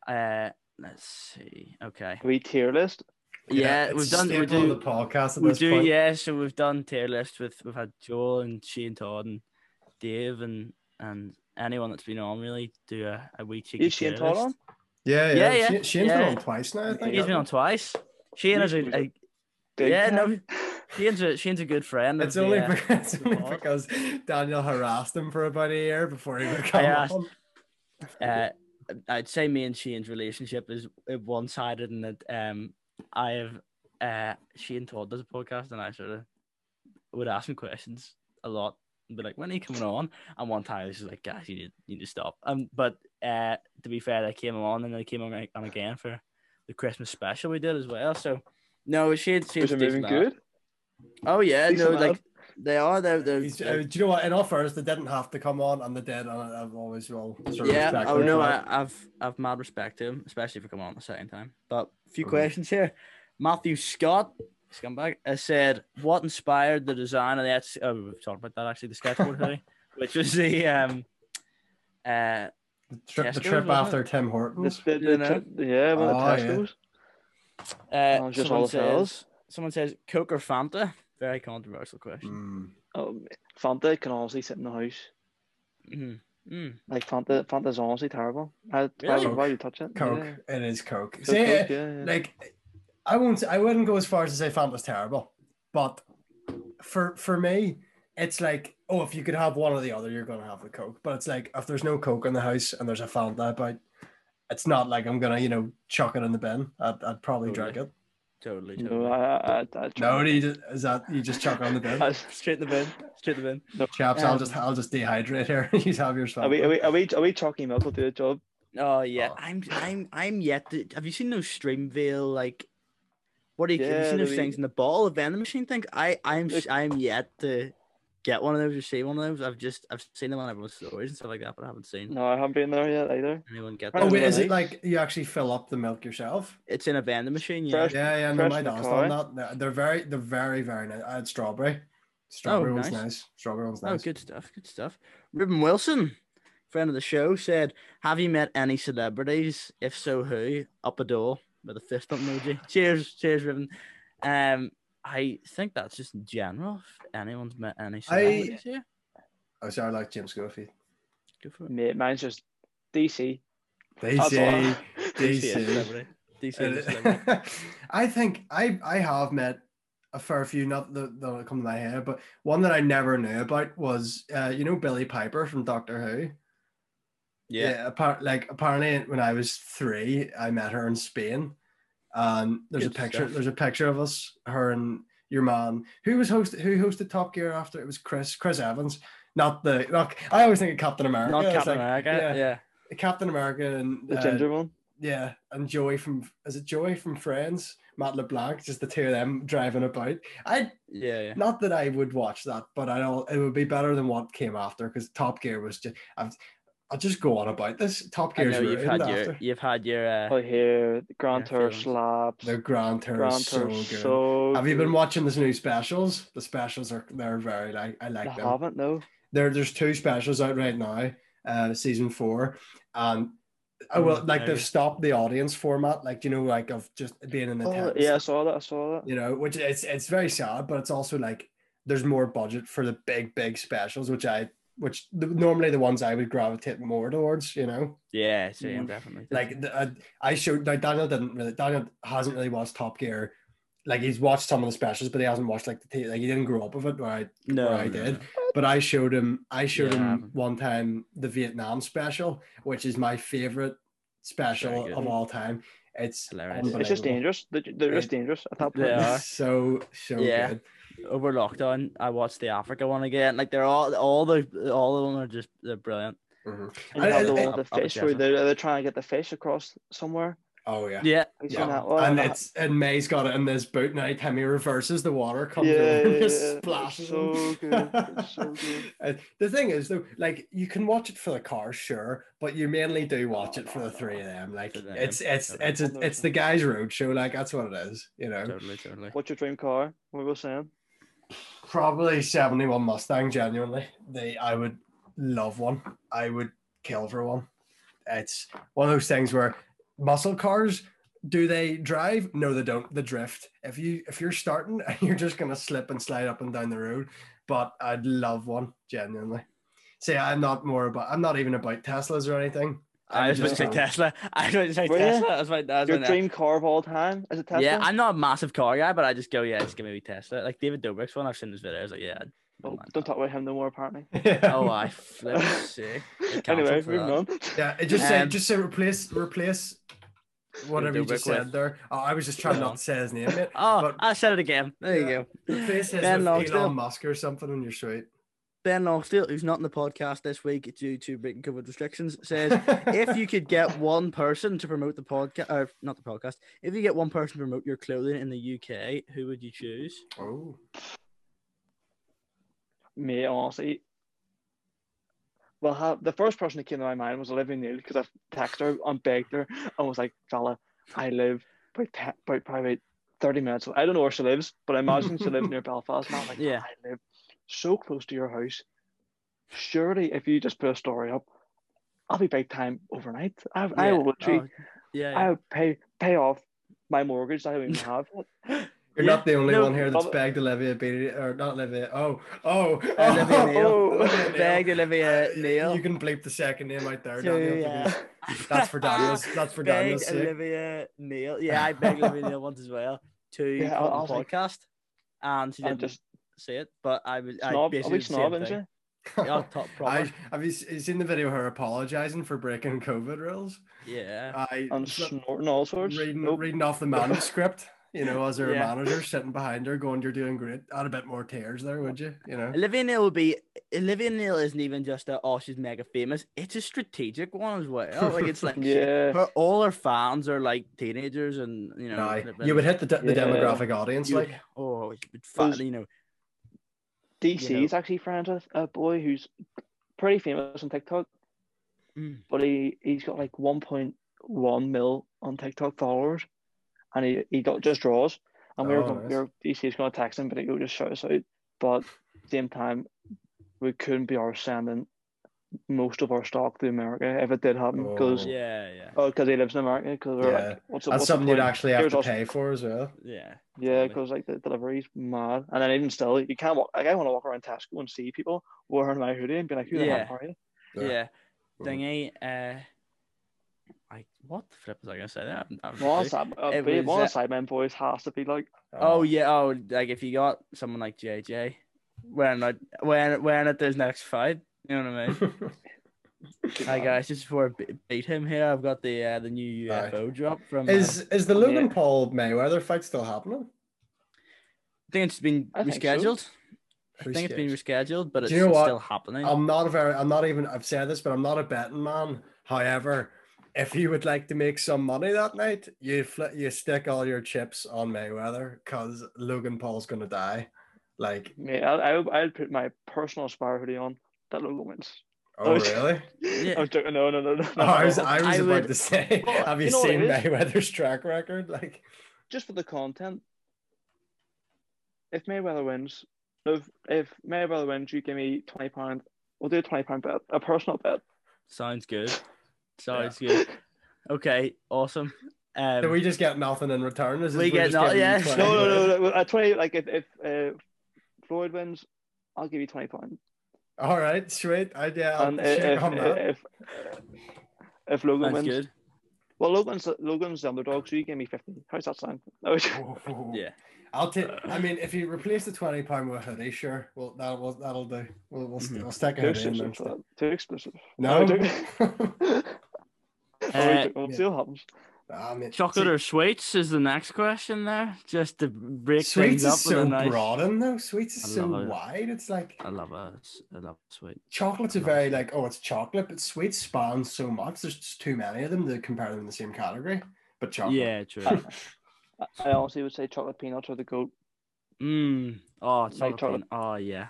Speaker 1: uh, let's see. Okay.
Speaker 3: we tier list
Speaker 1: Yeah,
Speaker 2: it's
Speaker 1: we've
Speaker 2: a
Speaker 1: done. We
Speaker 2: staple of
Speaker 1: do.
Speaker 2: the podcast at
Speaker 1: We
Speaker 2: this
Speaker 1: do.
Speaker 2: point.
Speaker 1: Yeah, so we've done tier list with we've had Joel and Shane Todd and Dave and and anyone that's been on really do a, a wee cheeky
Speaker 3: is she
Speaker 1: tier
Speaker 3: and Todd
Speaker 1: list.
Speaker 3: on
Speaker 2: Yeah,
Speaker 1: Yeah,
Speaker 2: yeah. yeah.
Speaker 1: yeah.
Speaker 2: Shane, Shane's
Speaker 1: Yeah.
Speaker 2: been on twice now, I think.
Speaker 1: He's been on twice. Shane is a, a
Speaker 3: Big
Speaker 1: yeah,
Speaker 3: time.
Speaker 1: no, Shane's a, Shane's a good friend. of
Speaker 2: It's only,
Speaker 1: the, uh,
Speaker 2: because, it's only
Speaker 1: pod.
Speaker 2: because Daniel harassed him for about a year before he would come
Speaker 1: asked-
Speaker 2: on.
Speaker 1: uh, I'd say me and Shane's relationship is one sided, and that um, I have uh, Shane Todd does a podcast, and I sort of would ask him questions a lot and be like, "When are you coming on?" And one time I was just like, "Guys, you need you need to stop." Um, but uh, to be fair, I came on, and then I came on, on again for the Christmas special we did as well. So no, Shane, Shane's
Speaker 3: is it
Speaker 1: a
Speaker 3: moving
Speaker 1: decent lad.
Speaker 3: good
Speaker 1: Oh yeah,
Speaker 3: Decent
Speaker 1: no,
Speaker 3: lad.
Speaker 1: like they are. They're, they're,
Speaker 2: He's- uh, do you know what? In all fairness, they didn't have to come on, and they did, and I- I've always well. sort of
Speaker 1: Yeah.
Speaker 2: respect
Speaker 1: Oh
Speaker 2: them
Speaker 1: no,
Speaker 2: for
Speaker 1: I,
Speaker 2: it.
Speaker 1: I've I've mad respect to him, especially for coming on the second time. But a few
Speaker 2: Mhm.
Speaker 1: questions here. Matthew Scott, scumbag, has said, "What inspired the design of the Etsy?" Oh, we've talked about that actually. The sketchboard hoodie, which was the um, uh,
Speaker 2: The, tri- the
Speaker 1: Tesco's,
Speaker 2: trip
Speaker 1: wasn't it?
Speaker 2: after Tim Hortons.
Speaker 3: This, the,
Speaker 1: You
Speaker 3: the
Speaker 1: know?
Speaker 3: trip- yeah, one of the
Speaker 2: Oh, yeah.
Speaker 3: Tesco's.
Speaker 1: Uh,
Speaker 3: Oh, just
Speaker 1: someone
Speaker 3: all the fellas.
Speaker 1: says- Someone says Coke or Fanta. Very controversial question.
Speaker 2: Mm.
Speaker 3: Um, Fanta can honestly sit in the house.
Speaker 1: Mm. Mm.
Speaker 3: Like Fanta, Fanta's honestly terrible. I,
Speaker 1: Really?
Speaker 3: why, why you touch it?
Speaker 2: Coke.
Speaker 3: Yeah.
Speaker 2: It is Coke.
Speaker 3: So
Speaker 2: See, eh,
Speaker 3: Coke, yeah, yeah.
Speaker 2: like I won't I wouldn't go as far as to say Fanta's terrible, but for for me, it's like, oh, if you could have one or the other, you're gonna have the Coke. But it's like if there's no Coke in the house and there's a Fanta about, it's not like I'm gonna, you know, chuck it in the bin. I'd, I'd probably
Speaker 3: Oh,
Speaker 2: drink it.
Speaker 1: Totally. totally.
Speaker 3: no, I, I, I, I
Speaker 2: No, do you just, is that you just chuck it in the bin?
Speaker 3: I-
Speaker 1: Straight in the bin. Straight in the bin.
Speaker 2: Chaps, I'll just I'll just dehydrate here. you have your
Speaker 3: Are we, are we, are we, are we chalking milk will do the job?
Speaker 1: Oh yeah,
Speaker 2: Oh.
Speaker 1: I'm I'm I'm yet. To, have you seen those Streamville like? What do you? have you
Speaker 3: Yeah,
Speaker 1: seen
Speaker 3: the
Speaker 1: those
Speaker 3: wee-
Speaker 1: things in the ball, the vending machine thing? I I'm
Speaker 3: Look-
Speaker 1: I'm yet to get one of those or see one of those. I've just I've seen them on everyone's stories and stuff like that, but I haven't seen
Speaker 3: No, I haven't been there yet either.
Speaker 1: anyone get
Speaker 2: Oh
Speaker 1: them.
Speaker 2: wait, is it like you actually fill up the milk yourself?
Speaker 1: It's in a vending machine. Yeah.
Speaker 3: Fresh-
Speaker 2: Yeah, yeah, no,
Speaker 3: Fresh
Speaker 2: my
Speaker 3: in the
Speaker 2: dad's
Speaker 3: car.
Speaker 2: done that. They're- They're very, they're very, very nice. I had strawberry. Strawberry one's
Speaker 1: Oh, nice.
Speaker 2: nice. Strawberry one's
Speaker 1: Oh,
Speaker 2: nice.
Speaker 1: good stuff. Good stuff. Ruben Wilson, friend of the show, said, "Have you met any celebrities? If so, who?" Up a door with a fist up emoji. cheers, cheers, Ruben. Um, I think that's just in general. If anyone's met any celebrities, yeah,
Speaker 2: Oh, sorry, I like Jim Scofield.
Speaker 1: go for it.
Speaker 3: Mate, mine's just DC.
Speaker 2: They
Speaker 3: That's
Speaker 2: say,
Speaker 3: all.
Speaker 2: they
Speaker 1: DC is a
Speaker 2: say.
Speaker 1: celebrity. DC
Speaker 2: Uh,
Speaker 1: is a celebrity.
Speaker 2: I think I, I have met a fair few. Not that that'll come to my head, but one that I never knew about was, uh, you know, Billy Piper from Doctor Who.
Speaker 1: Yeah.
Speaker 2: appar- like apparently when I was three, I met her in Spain. Um, there's
Speaker 1: Good
Speaker 2: a picture.
Speaker 1: stuff.
Speaker 2: There's a picture of us, her and your man, who was host, who hosted Top Gear after it was Chris, Chris Evans, not the. Not, I always think of Captain America.
Speaker 1: Not
Speaker 2: It's
Speaker 1: Captain
Speaker 2: like,
Speaker 1: America.
Speaker 2: yeah.
Speaker 1: Yeah.
Speaker 2: Captain America and
Speaker 3: The
Speaker 2: uh,
Speaker 3: ginger one.
Speaker 2: yeah, and Joey from is it Joey from Friends, Matt LeBlanc, just the two of them driving about. I
Speaker 1: Yeah. Yeah.
Speaker 2: not that I would watch that, but I don't. It would be better than what came after because Top Gear was just. I've, I'll just go on about this. Top
Speaker 1: I
Speaker 2: Gear's
Speaker 1: know you've
Speaker 2: ruined
Speaker 1: had your
Speaker 2: after.
Speaker 1: you've had your uh,
Speaker 3: Oh, here, the Grand
Speaker 1: Yeah,
Speaker 3: Tour
Speaker 1: feelings.
Speaker 3: slaps.
Speaker 2: The Grand Tour
Speaker 3: Grand
Speaker 2: is so
Speaker 3: Tour
Speaker 2: good.
Speaker 3: so.
Speaker 2: Have you
Speaker 3: good.
Speaker 2: been watching these new specials? The specials are they're very like I
Speaker 3: I
Speaker 2: like them.
Speaker 3: haven't, no.
Speaker 2: There there's two specials out right now, uh, season four, and I
Speaker 3: Hmm,
Speaker 2: will
Speaker 1: Mm,
Speaker 2: like
Speaker 1: yeah,
Speaker 2: they've
Speaker 1: yeah.
Speaker 2: stopped the audience format, like you know, like of just being in the
Speaker 3: Oh,
Speaker 2: tent.
Speaker 3: yeah, I saw that. I saw that.
Speaker 2: you know, which it's it's very sad, but it's also like there's more budget for the big big specials, which I which the, normally the ones I would gravitate more towards, you know
Speaker 1: yeah. So yeah,
Speaker 3: Mhm.
Speaker 1: definitely.
Speaker 2: like the- uh, I showed like Daniel didn't really Daniel hasn't really watched Top Gear. Like he's watched some of the specials, but he hasn't watched like the t- like he didn't grow up with it. Where I
Speaker 1: no,
Speaker 2: where I
Speaker 1: no,
Speaker 2: did.
Speaker 1: no.
Speaker 2: but I showed him I showed
Speaker 1: Yeah, I
Speaker 2: him
Speaker 1: haven't.
Speaker 2: one time the Vietnam special, which is my favorite special
Speaker 1: Very good.
Speaker 2: of all time. It's
Speaker 1: Hilarious.
Speaker 2: unbelievable.
Speaker 3: It's just dangerous. They're they're just dangerous at that point.
Speaker 1: Yeah.
Speaker 2: It's so so
Speaker 1: Yeah.
Speaker 2: good.
Speaker 1: over lockdown, I watched the Africa one again. Like they're all all the all of them are just they're brilliant.
Speaker 2: Mhm.
Speaker 3: And you
Speaker 2: I-
Speaker 3: have the
Speaker 2: I-
Speaker 3: one with the
Speaker 1: I'll- I'll
Speaker 3: fish
Speaker 1: check
Speaker 3: where
Speaker 1: it.
Speaker 3: they're, they're trying to get the fish across somewhere.
Speaker 2: Oh yeah.
Speaker 1: Yeah,
Speaker 3: Have you
Speaker 2: Yeah.
Speaker 3: seen that one?
Speaker 2: and
Speaker 3: I-
Speaker 2: it's and May's got it in this boot, and anytime he reverses, the water comes
Speaker 3: Yeah,
Speaker 2: over
Speaker 3: yeah,
Speaker 2: and just
Speaker 3: yeah. It's
Speaker 2: splashes.
Speaker 3: so
Speaker 2: him.
Speaker 3: good. It's so good.
Speaker 2: Uh, the thing is, though, like you can watch it for the car, sure, but you mainly do watch it for the three of them. Like
Speaker 1: For them.
Speaker 2: it's it's it's it's, it's the guys' road show. Like that's what it is. You know,
Speaker 1: totally, totally.
Speaker 3: What's your dream car? What were we saying?
Speaker 2: probably seventy one Mustang. Genuinely, they I would love one. I would kill for one. It's one of those things where muscle cars. Do they drive? No, they don't. They drift. If you if you're starting, you're just gonna slip and slide up and down the road. But I'd love one, genuinely. See, I'm not more about. I'm not even about Teslas or anything.
Speaker 1: I
Speaker 2: I'm
Speaker 1: was about to say
Speaker 2: um,
Speaker 1: Tesla. I was about to say
Speaker 3: Were you?
Speaker 1: Tesla. That's my that's
Speaker 3: Your
Speaker 1: my
Speaker 3: dream car of all time is a Tesla?
Speaker 1: Yeah, I'm not a massive car guy, but I just go, yeah, just give me a Tesla. Like David Dobrik's one, I've seen his videos. Like, yeah. I
Speaker 3: Oh,
Speaker 1: wouldn't mind that.
Speaker 3: don't talk about him no more, apparently.
Speaker 1: Oh, I flip sick.
Speaker 3: anyway,
Speaker 1: for
Speaker 3: moving on.
Speaker 2: Yeah, it just said
Speaker 1: Um,
Speaker 2: just say replace replace whatever you
Speaker 1: Dobrik
Speaker 2: just said
Speaker 1: with-
Speaker 2: there. Oh, I was just trying
Speaker 1: Yeah.
Speaker 2: not to say his name. Mate.
Speaker 1: Oh,
Speaker 2: But-
Speaker 1: I said it again. There
Speaker 2: Yeah.
Speaker 1: you go.
Speaker 2: Replace his
Speaker 1: Ben
Speaker 2: with
Speaker 1: Logsdale.
Speaker 2: Elon Musk or something on your street.
Speaker 1: Ben Logsdale, who's not in the podcast this week due to breaking COVID restrictions, says if you could get one person to promote the podcast, or not the podcast, if you get one person to promote your clothing in the UK, who would you choose?
Speaker 2: oh.
Speaker 3: Me, honestly. Well, ha- the first person that came to my mind was Olivia Neal because I texted her and begged her and was like, fella, I live about, te- about probably 30 minutes. I don't know where she lives, but I imagine she lives near Belfast. And I'm like,
Speaker 1: Yeah.
Speaker 3: I live so close to your house. Surely, if you just put a story up, I'll be big time overnight. I, I
Speaker 1: Yeah,
Speaker 3: will literally,
Speaker 1: oh, yeah, yeah.
Speaker 3: I would pay pay off my mortgage. that I don't even have.
Speaker 2: You're
Speaker 1: Yeah,
Speaker 2: not the only
Speaker 1: no,
Speaker 2: one here that's
Speaker 3: but-
Speaker 2: begged Olivia Beatty or not Olivia. Oh, oh,
Speaker 1: Olivia Neal.
Speaker 3: Oh,
Speaker 2: Olivia Neal.
Speaker 1: Beg Olivia Neal.
Speaker 2: You can bleep the second name out there,
Speaker 1: So,
Speaker 2: Daniel.
Speaker 1: yeah.
Speaker 2: because That's for Daniel's. That's for
Speaker 1: Beg
Speaker 2: Daniel's sake.
Speaker 1: Olivia Neal. Yeah, I begged Olivia Neal once as well to
Speaker 3: Yeah, I-
Speaker 1: come
Speaker 3: I
Speaker 1: on
Speaker 3: was
Speaker 1: the
Speaker 3: like-
Speaker 1: podcast, and she
Speaker 3: I
Speaker 1: didn't
Speaker 3: just
Speaker 1: say it, but I was I
Speaker 3: snob. Are
Speaker 1: basically
Speaker 3: we
Speaker 1: the same
Speaker 3: snob, isn't
Speaker 1: thing.
Speaker 3: she?
Speaker 1: Yeah, top
Speaker 2: I,
Speaker 1: Oh, proper.
Speaker 2: have you, s- you seen the video of her apologizing for breaking COVID rules?
Speaker 1: Yeah.
Speaker 2: I
Speaker 3: And snorting all sorts.
Speaker 2: reading
Speaker 3: Nope.
Speaker 2: reading off the manuscript, you know, as her
Speaker 1: Oh. Yeah.
Speaker 2: manager sitting behind her, going, "You're doing great." Add a bit more tears there, would you? You know,
Speaker 1: Olivia Neal would be Olivia Neal isn't even just a oh she's mega famous. It's a strategic one as well. Like it's like she-
Speaker 3: yeah.
Speaker 1: her, all her fans are like teenagers and you know
Speaker 2: Aye.
Speaker 1: they've
Speaker 2: you
Speaker 1: been-
Speaker 2: would hit the, de- the
Speaker 3: Yeah.
Speaker 2: demographic audience
Speaker 1: you would-
Speaker 2: like
Speaker 1: oh you would fa-
Speaker 3: Those-
Speaker 1: you know
Speaker 3: DC is actually friends with a boy who's pretty famous on TikTok,
Speaker 2: Hmm.
Speaker 1: Mm.
Speaker 3: but he he's got like 1.1 mil on TikTok followers, and he, he got just draws. And we were,
Speaker 2: Oh,
Speaker 3: going, we
Speaker 2: nice.
Speaker 3: were DC's going to text him, but he would just shout us out. But same time, we couldn't be our sending most of our stock to America if it did happen because
Speaker 2: Oh.
Speaker 1: yeah yeah
Speaker 3: because he lives in America. Because we're
Speaker 2: Yeah.
Speaker 3: like, what's, the-
Speaker 2: that's
Speaker 3: what's the
Speaker 2: something you'd
Speaker 3: point?
Speaker 2: actually have
Speaker 3: Here's
Speaker 2: to
Speaker 3: us-
Speaker 2: pay for as well.
Speaker 1: yeah
Speaker 3: Yeah,
Speaker 1: Totally.
Speaker 3: because like the delivery's mad, and then even still, you can't walk. Like I want to walk around Tesco and see people wearing my hoodie and be like, "Who the
Speaker 1: Yeah.
Speaker 3: hell are you?"
Speaker 2: Yeah.
Speaker 1: yeah
Speaker 2: Mhm.
Speaker 1: thingy uh I what the flip was I gonna say there? I haven't- I haven't
Speaker 3: One
Speaker 1: clue.
Speaker 3: side, uh,
Speaker 1: It
Speaker 3: babe,
Speaker 1: was,
Speaker 3: one
Speaker 1: uh,
Speaker 3: sideman boys has to be like,
Speaker 1: Oh
Speaker 2: Um,
Speaker 1: yeah, oh like if you got someone like JJ wearing it wearing, wearing it this next fight, you know what I mean? Hi guys, just before I be- beat him here, I've got the uh, the new
Speaker 2: Aye.
Speaker 1: UFO drop from. uh,
Speaker 2: is is the Logan
Speaker 3: Yeah.
Speaker 2: Paul Mayweather fight still happening?
Speaker 1: I think it's been
Speaker 3: I think so.
Speaker 1: rescheduled. I think it's been rescheduled, but it's,
Speaker 2: Do you know
Speaker 1: it's
Speaker 2: what?
Speaker 1: still happening.
Speaker 2: I'm not a very. I'm not even. I've said this, but I'm not a betting man. However, if you would like to make some money that night, you fl- you stick all your chips on Mayweather because Logan Paul's gonna die. Like,
Speaker 3: "Mate, I, I, I'd put my personal Spire hoodie on." That little woman's.
Speaker 2: oh
Speaker 3: it's-
Speaker 2: really?
Speaker 3: I was joking. No, no, no, no.
Speaker 2: Oh, I was,
Speaker 3: no.
Speaker 2: I was
Speaker 1: I
Speaker 2: about
Speaker 1: would-
Speaker 2: to say,
Speaker 3: Well,
Speaker 2: have you,
Speaker 3: you know what
Speaker 2: seen
Speaker 3: it is?
Speaker 2: Mayweather's track record? Like,
Speaker 3: Just for the content. If Mayweather wins, if if Mayweather wins, you give me twenty pound. We'll do a twenty pound bet, a personal bet.
Speaker 1: Sounds good. Sounds good. Okay, awesome. Um,
Speaker 2: do we just get nothing in return? Is it-
Speaker 1: we
Speaker 2: we're
Speaker 1: get
Speaker 2: just
Speaker 1: not-
Speaker 2: giving you
Speaker 1: yeah.
Speaker 2: 20
Speaker 3: No, no, no,
Speaker 2: quid?
Speaker 3: no. Well, At twenty, like if if uh, Floyd wins, I'll give you twenty pounds.
Speaker 2: All right, sweet. I, yeah, I'll
Speaker 3: And uh,
Speaker 2: check
Speaker 3: if
Speaker 2: on that.
Speaker 3: if, if if Logan
Speaker 1: sounds
Speaker 3: wins,
Speaker 1: good.
Speaker 3: well, Logan's Logan's the underdog, so you give me fifty. How's that sound? No, it's-
Speaker 2: Oh,
Speaker 1: Yeah.
Speaker 2: I'll take. I mean, if you replace the twenty pound with a hoodie, sure. Well, that will that'll do. We'll we'll,
Speaker 1: Mhm.
Speaker 2: we'll stick a
Speaker 3: too
Speaker 2: hoodie in there.
Speaker 3: exclusive. for that. Too exclusive.
Speaker 2: No,
Speaker 3: No,
Speaker 1: Uh,
Speaker 3: we'll see what happens.
Speaker 2: Ah, mate,
Speaker 1: Chocolate
Speaker 2: see,
Speaker 1: or sweets is the next question there. Just to break
Speaker 2: sweets
Speaker 1: things up
Speaker 2: is
Speaker 1: with a
Speaker 2: so
Speaker 1: nice.
Speaker 2: broad in though. Sweets
Speaker 1: I
Speaker 2: is so
Speaker 1: love it.
Speaker 2: wide. It's like
Speaker 1: I love a, I love a sweet.
Speaker 2: chocolate's a
Speaker 1: Love
Speaker 2: very
Speaker 1: it.
Speaker 2: like oh, it's chocolate, but sweets spans so much. There's just too many of them to compare them in the same category. But chocolate,
Speaker 1: Yeah, true.
Speaker 3: I- I honestly would say chocolate peanuts are the goat.
Speaker 1: Mm. Oh, chocolate.
Speaker 3: chocolate.
Speaker 1: peanut- Oh yeah.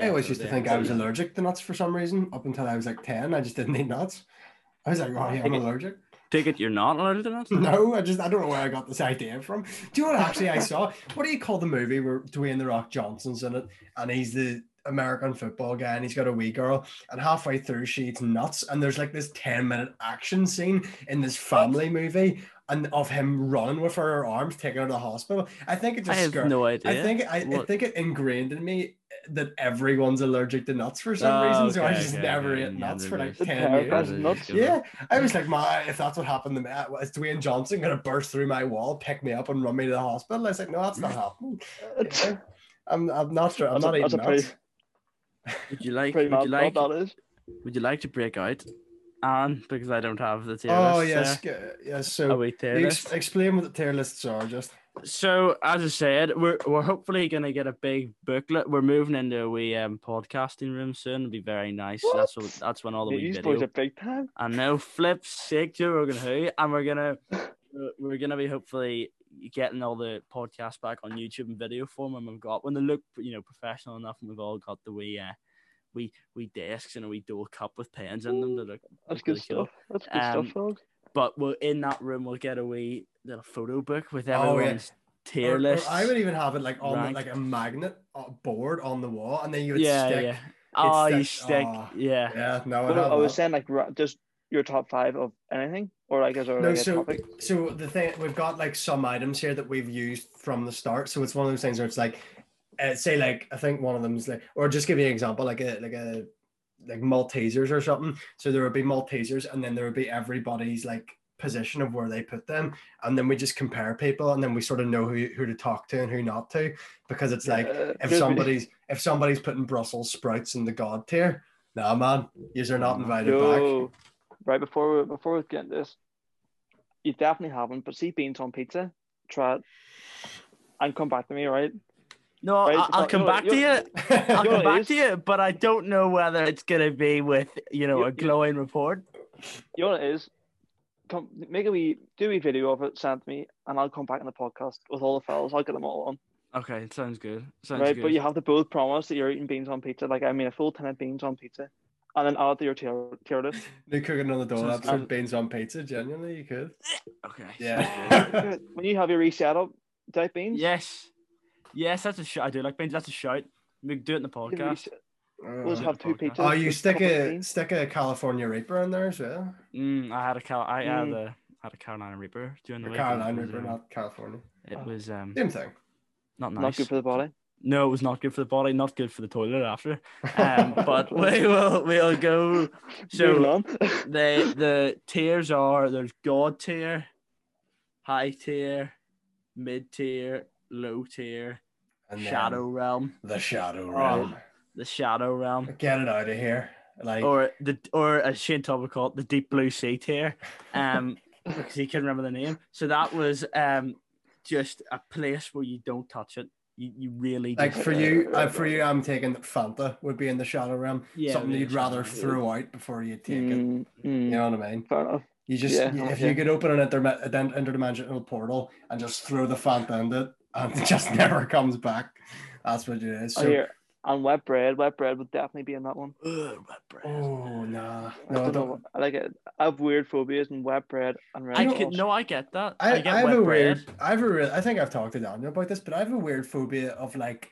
Speaker 2: I always used to
Speaker 1: yeah,
Speaker 2: think I was
Speaker 1: yeah.
Speaker 2: allergic to nuts for some reason. Up until I was like ten, I just didn't eat nuts. I was like, oh, yeah, I'm
Speaker 1: Take it-
Speaker 2: allergic.
Speaker 1: Take it, you're not allergic to nuts.
Speaker 2: No, I just I don't know where I got this idea from. Do you know what actually I saw? What do you call the movie where Dwayne the Rock Johnson's in it and he's the American football guy and he's got a wee girl and halfway through she eats nuts and there's like this 10 minute action scene in this family movie and of him running with her arms taking her to the hospital. I think it
Speaker 1: I
Speaker 2: just
Speaker 1: have
Speaker 2: scar-
Speaker 1: no idea.
Speaker 2: I think I, I
Speaker 1: What-
Speaker 2: think it ingrained in me that everyone's allergic to nuts for some
Speaker 1: Oh,
Speaker 2: reason. So I
Speaker 1: okay,
Speaker 2: just
Speaker 1: okay,
Speaker 2: never
Speaker 1: okay.
Speaker 2: ate
Speaker 1: Yeah,
Speaker 2: nuts for like
Speaker 1: there's-
Speaker 3: The
Speaker 2: 10
Speaker 3: parrot
Speaker 2: years.
Speaker 3: has
Speaker 1: there's-
Speaker 3: nuts.
Speaker 2: Yeah, I was like, my if that's what happened to me, uh, is Dwayne Johnson gonna burst through my wall, pick me up, and run me to the hospital? I was like, no, that's not happening. You know? I'm, I'm not sure. I'm
Speaker 3: That's a-
Speaker 2: not eating
Speaker 3: that's a
Speaker 2: nuts.
Speaker 3: pretty-
Speaker 1: Would you like?
Speaker 3: Pretty
Speaker 1: Would
Speaker 3: mad
Speaker 1: you like?
Speaker 3: thought that is.
Speaker 1: Would you like to break out, Anne? Because I don't have the tier
Speaker 2: oh
Speaker 1: list,
Speaker 2: yes,
Speaker 1: sir.
Speaker 2: g- yes.
Speaker 1: A
Speaker 2: So
Speaker 1: wee tier
Speaker 2: you
Speaker 1: list.
Speaker 2: ex- explain what the tier lists are, just.
Speaker 1: So as I said, we're we're hopefully gonna get a big booklet. We're moving into a wee um, podcasting room soon. It'll be very nice. That's what,
Speaker 3: What?
Speaker 1: that's when all the
Speaker 3: Mate,
Speaker 1: wee
Speaker 3: These
Speaker 1: videos.
Speaker 3: boys are big time.
Speaker 1: I know flip sick Joe Rogan who and we're gonna we're gonna be hopefully getting all the podcasts back on YouTube and video form when we've got when they look you know professional enough and we've all got the wee uh we we desks and a wee dual cup with pens in them that look
Speaker 3: That's good
Speaker 1: Really cool.
Speaker 3: stuff. That's good stuff,
Speaker 1: Um,
Speaker 3: dog.
Speaker 1: but we're in that room we'll get a wee little photo book with
Speaker 2: Oh, yeah.
Speaker 1: everyone's tier
Speaker 2: Or- or
Speaker 1: list.
Speaker 2: I would even have it like on the-
Speaker 1: ranked.
Speaker 2: like a magnet uh, board on the wall, and then you would
Speaker 1: yeah,
Speaker 2: stick
Speaker 1: yeah. Oh,
Speaker 2: It's
Speaker 1: you
Speaker 2: that-
Speaker 1: stick.
Speaker 2: oh,
Speaker 1: yeah.
Speaker 2: Yeah, no, I
Speaker 3: But I,
Speaker 2: have
Speaker 3: I was
Speaker 2: that.
Speaker 3: saying like ra- just your top five of anything, or like is there
Speaker 2: No,
Speaker 3: like, a
Speaker 2: so
Speaker 3: topic?
Speaker 2: so the thing we've got like some items here that we've used from the start. So it's one of those things where it's like, uh, say like I think one of them's like, or just give you an example, like a like a like Maltesers or something. So there would be Maltesers, and then there would be everybody's like position of where they put them, and then we just compare people, and then we sort of know who who to talk to and who not to, because it's like
Speaker 3: Uh,
Speaker 2: if
Speaker 3: there's-
Speaker 2: somebody's if somebody's putting Brussels sprouts in the god tier, nah man, yous are not
Speaker 3: Mm,
Speaker 2: invited back.
Speaker 3: Yo, right before we, before we get into this, you definitely haven't. But see beans on pizza, try it, and come back to me, right?
Speaker 1: No,
Speaker 3: Right,
Speaker 1: I, I'll
Speaker 3: but
Speaker 1: come
Speaker 3: you're-
Speaker 1: back to
Speaker 3: you're-
Speaker 1: you. I'll
Speaker 3: you're
Speaker 1: come back
Speaker 3: is-
Speaker 1: to you, but I don't know whether it's gonna be with you know
Speaker 3: You-
Speaker 1: a
Speaker 3: you-
Speaker 1: glowing report.
Speaker 3: You know what it is? Come make a wee do a wee video of it, send it to me, and I'll come back on the podcast with all the fellas. I'll get them all on.
Speaker 1: Okay, sounds good. Sounds
Speaker 3: right,
Speaker 1: good.
Speaker 3: but you have to both promise that you're eating beans on pizza. Like I mean, a full tin of beans on pizza, and then add it to your tier, tier list.
Speaker 2: New cooking on the door.
Speaker 1: Sounds
Speaker 2: That's with
Speaker 1: good.
Speaker 2: beans on pizza. Genuinely, you could.
Speaker 1: okay.
Speaker 2: Yeah.
Speaker 3: when you have your reset up, type beans.
Speaker 1: Yes. Yes, that's a shout. I do like beans. That's a shout. We can do it in the
Speaker 3: you have a
Speaker 1: podcast.
Speaker 3: reset- We'll just
Speaker 1: yeah,
Speaker 3: have two
Speaker 1: podcast.
Speaker 3: pizzas.
Speaker 2: Oh, you
Speaker 3: with
Speaker 2: stick
Speaker 3: couple of
Speaker 2: a
Speaker 3: beans.
Speaker 2: stick a California Reaper in there as well.
Speaker 1: Mm, I had a Cal. I had
Speaker 3: Mm.
Speaker 1: a had a Carolina Reaper during the
Speaker 2: Or
Speaker 1: week.
Speaker 2: Carolina
Speaker 1: It was,
Speaker 2: Reaper,
Speaker 1: um,
Speaker 2: not California.
Speaker 1: It was um
Speaker 2: Same thing.
Speaker 1: not nice.
Speaker 3: Not good for the body.
Speaker 1: No, it was not good for the body. Not good for the toilet after. Um, but we will we'll go.
Speaker 3: Moving
Speaker 1: So
Speaker 3: on.
Speaker 1: the the tiers are there's god tier, high tier, mid tier, low tier,
Speaker 2: And then
Speaker 1: shadow Um, realm,
Speaker 2: The shadow realm.
Speaker 1: the shadow realm,
Speaker 2: Get it out of here. Like
Speaker 1: or the or as Shane Tubber called it, the deep blue sea tier. Um, because he couldn't remember the name. So that was um just a place where you don't touch it. You, you really
Speaker 2: like
Speaker 1: just-
Speaker 2: for you, uh, for you, I'm taking that Fanta would be in the shadow realm.
Speaker 1: Yeah,
Speaker 2: Something
Speaker 1: yeah,
Speaker 2: you'd rather
Speaker 1: shadow
Speaker 2: throw out before you take it.
Speaker 3: Mm, mm,
Speaker 2: You know what I mean?
Speaker 3: Fair enough.
Speaker 2: You just
Speaker 3: Yeah,
Speaker 2: you-
Speaker 3: I'm
Speaker 2: if
Speaker 3: okay.
Speaker 2: you could open an interme- an interdimensional portal and just throw the Fanta in it and it just never comes back. That's what it is.
Speaker 3: Oh,
Speaker 2: So-
Speaker 3: here. And wet bread. Wet bread would definitely be in that one.
Speaker 1: Ugh, wet bread.
Speaker 2: Oh nah.
Speaker 3: I
Speaker 2: No, I
Speaker 3: don't know.
Speaker 2: don't.
Speaker 3: what- I like it. I have weird phobias and wet bread and red
Speaker 1: I
Speaker 3: sauce.
Speaker 1: could no, I get that.
Speaker 2: I,
Speaker 1: I,
Speaker 2: I
Speaker 1: get
Speaker 2: have
Speaker 1: wet
Speaker 2: a
Speaker 1: bread.
Speaker 2: weird. I have a real. I think I've talked to Daniel about this, but I have a weird phobia of like,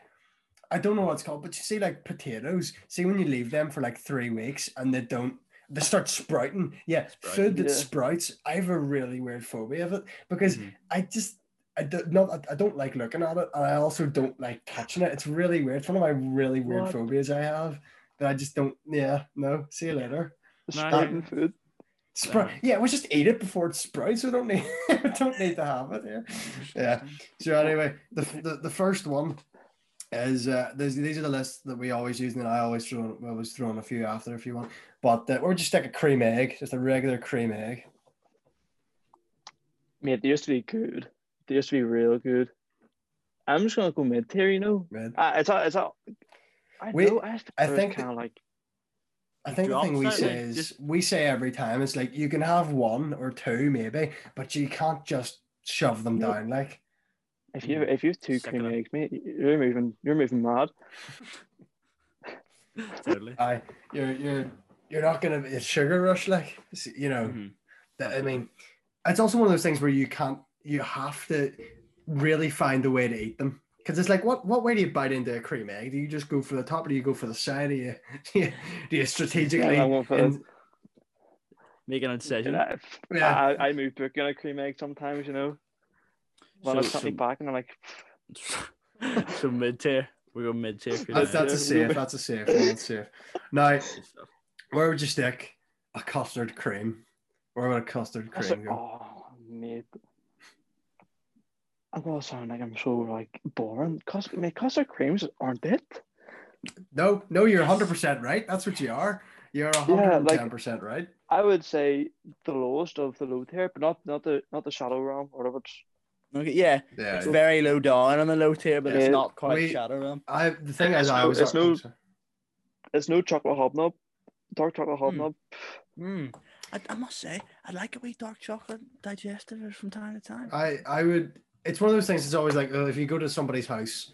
Speaker 2: I don't know what it's called, but you see like potatoes. See when you leave them for like three weeks and they don't, they start sprouting. Yeah,
Speaker 1: Sprouting,
Speaker 2: food that
Speaker 3: yeah.
Speaker 2: sprouts. I have a really weird phobia of it because
Speaker 1: Mhm.
Speaker 2: I just. I don't, not, I- I don't like looking at it, and I also don't like touching it. It's really weird. It's one of my really weird
Speaker 3: What?
Speaker 2: phobias I have that I just don't. Yeah, no. See you later.
Speaker 1: No,
Speaker 3: Sprouting food.
Speaker 2: Sprout.
Speaker 1: Yeah.
Speaker 2: Yeah, we just eat it before it sprouts. We don't need we don't need to have it. Yeah. Yeah. So anyway, the the, the first one is uh, these these are the lists that we always use, and I always throw I always throw in a few after if you want. But uh, or just like a cream egg, just a regular cream egg.
Speaker 3: Mate, they used to be good. They used to be real good. I'm just gonna go mid tier. You know,
Speaker 2: Right?
Speaker 3: I, it's a, it's a. I
Speaker 2: We-
Speaker 3: know. I, just
Speaker 2: I think
Speaker 3: kind of like
Speaker 2: I think the
Speaker 1: Drops
Speaker 2: thing we
Speaker 1: out, like,
Speaker 2: say is
Speaker 1: just-
Speaker 2: we say every time it's like you can have one or two maybe, but you can't just shove them
Speaker 3: No.
Speaker 2: down. Like
Speaker 3: if you if you have two
Speaker 1: Second
Speaker 3: cream
Speaker 1: up.
Speaker 3: eggs, mate, you're moving you're moving mad.
Speaker 1: totally.
Speaker 2: I you're you're you're not gonna it's sugar rush like you know.
Speaker 1: Mhm.
Speaker 2: that I mean, it's also one of those things where you can't, you have to really find a way to eat them. Because it's like, what, what way do you bite into a cream egg? Do you just go for the top or do you go for the side? Do you, do you, do you strategically?
Speaker 3: Yeah, I went for the-
Speaker 2: and-
Speaker 1: Make an incision.
Speaker 3: And I,
Speaker 2: yeah.
Speaker 3: I, I move book on a cream egg sometimes. You know, when I
Speaker 1: So-
Speaker 3: sent me
Speaker 1: so-
Speaker 3: back and I'm like,
Speaker 1: so mid tier. We go mid tier.
Speaker 2: that's, that's a
Speaker 3: Ah, Yeah.
Speaker 2: safe. That's a safe. One, that's safe. Now, where would you stick a custard cream? Where would a custard
Speaker 3: I
Speaker 2: cream
Speaker 3: said,
Speaker 2: go?
Speaker 3: oh mate. I'm gonna sound like I'm so like boring. Custard, mate, custard creams aren't it?
Speaker 2: No, no, you're 100% right. That's what you are. You're 110% right.
Speaker 3: I would say the lowest of the low tier, but not not the not the shadow realm or whatever. It's,
Speaker 1: Okay, yeah,
Speaker 2: Yeah.
Speaker 1: it's very low down on the low tier, but
Speaker 3: Yeah.
Speaker 1: it's not quite
Speaker 2: We-
Speaker 1: shadow realm.
Speaker 2: I, the thing
Speaker 3: It's
Speaker 2: is, I
Speaker 3: no-
Speaker 2: was.
Speaker 3: it's no- it's no chocolate hobnob, dark chocolate hobnob.
Speaker 1: Mm. I, I must say, I like a wee dark chocolate digestive from time to time.
Speaker 2: I I would. It's one of those things. It's always like uh, if you go to somebody's house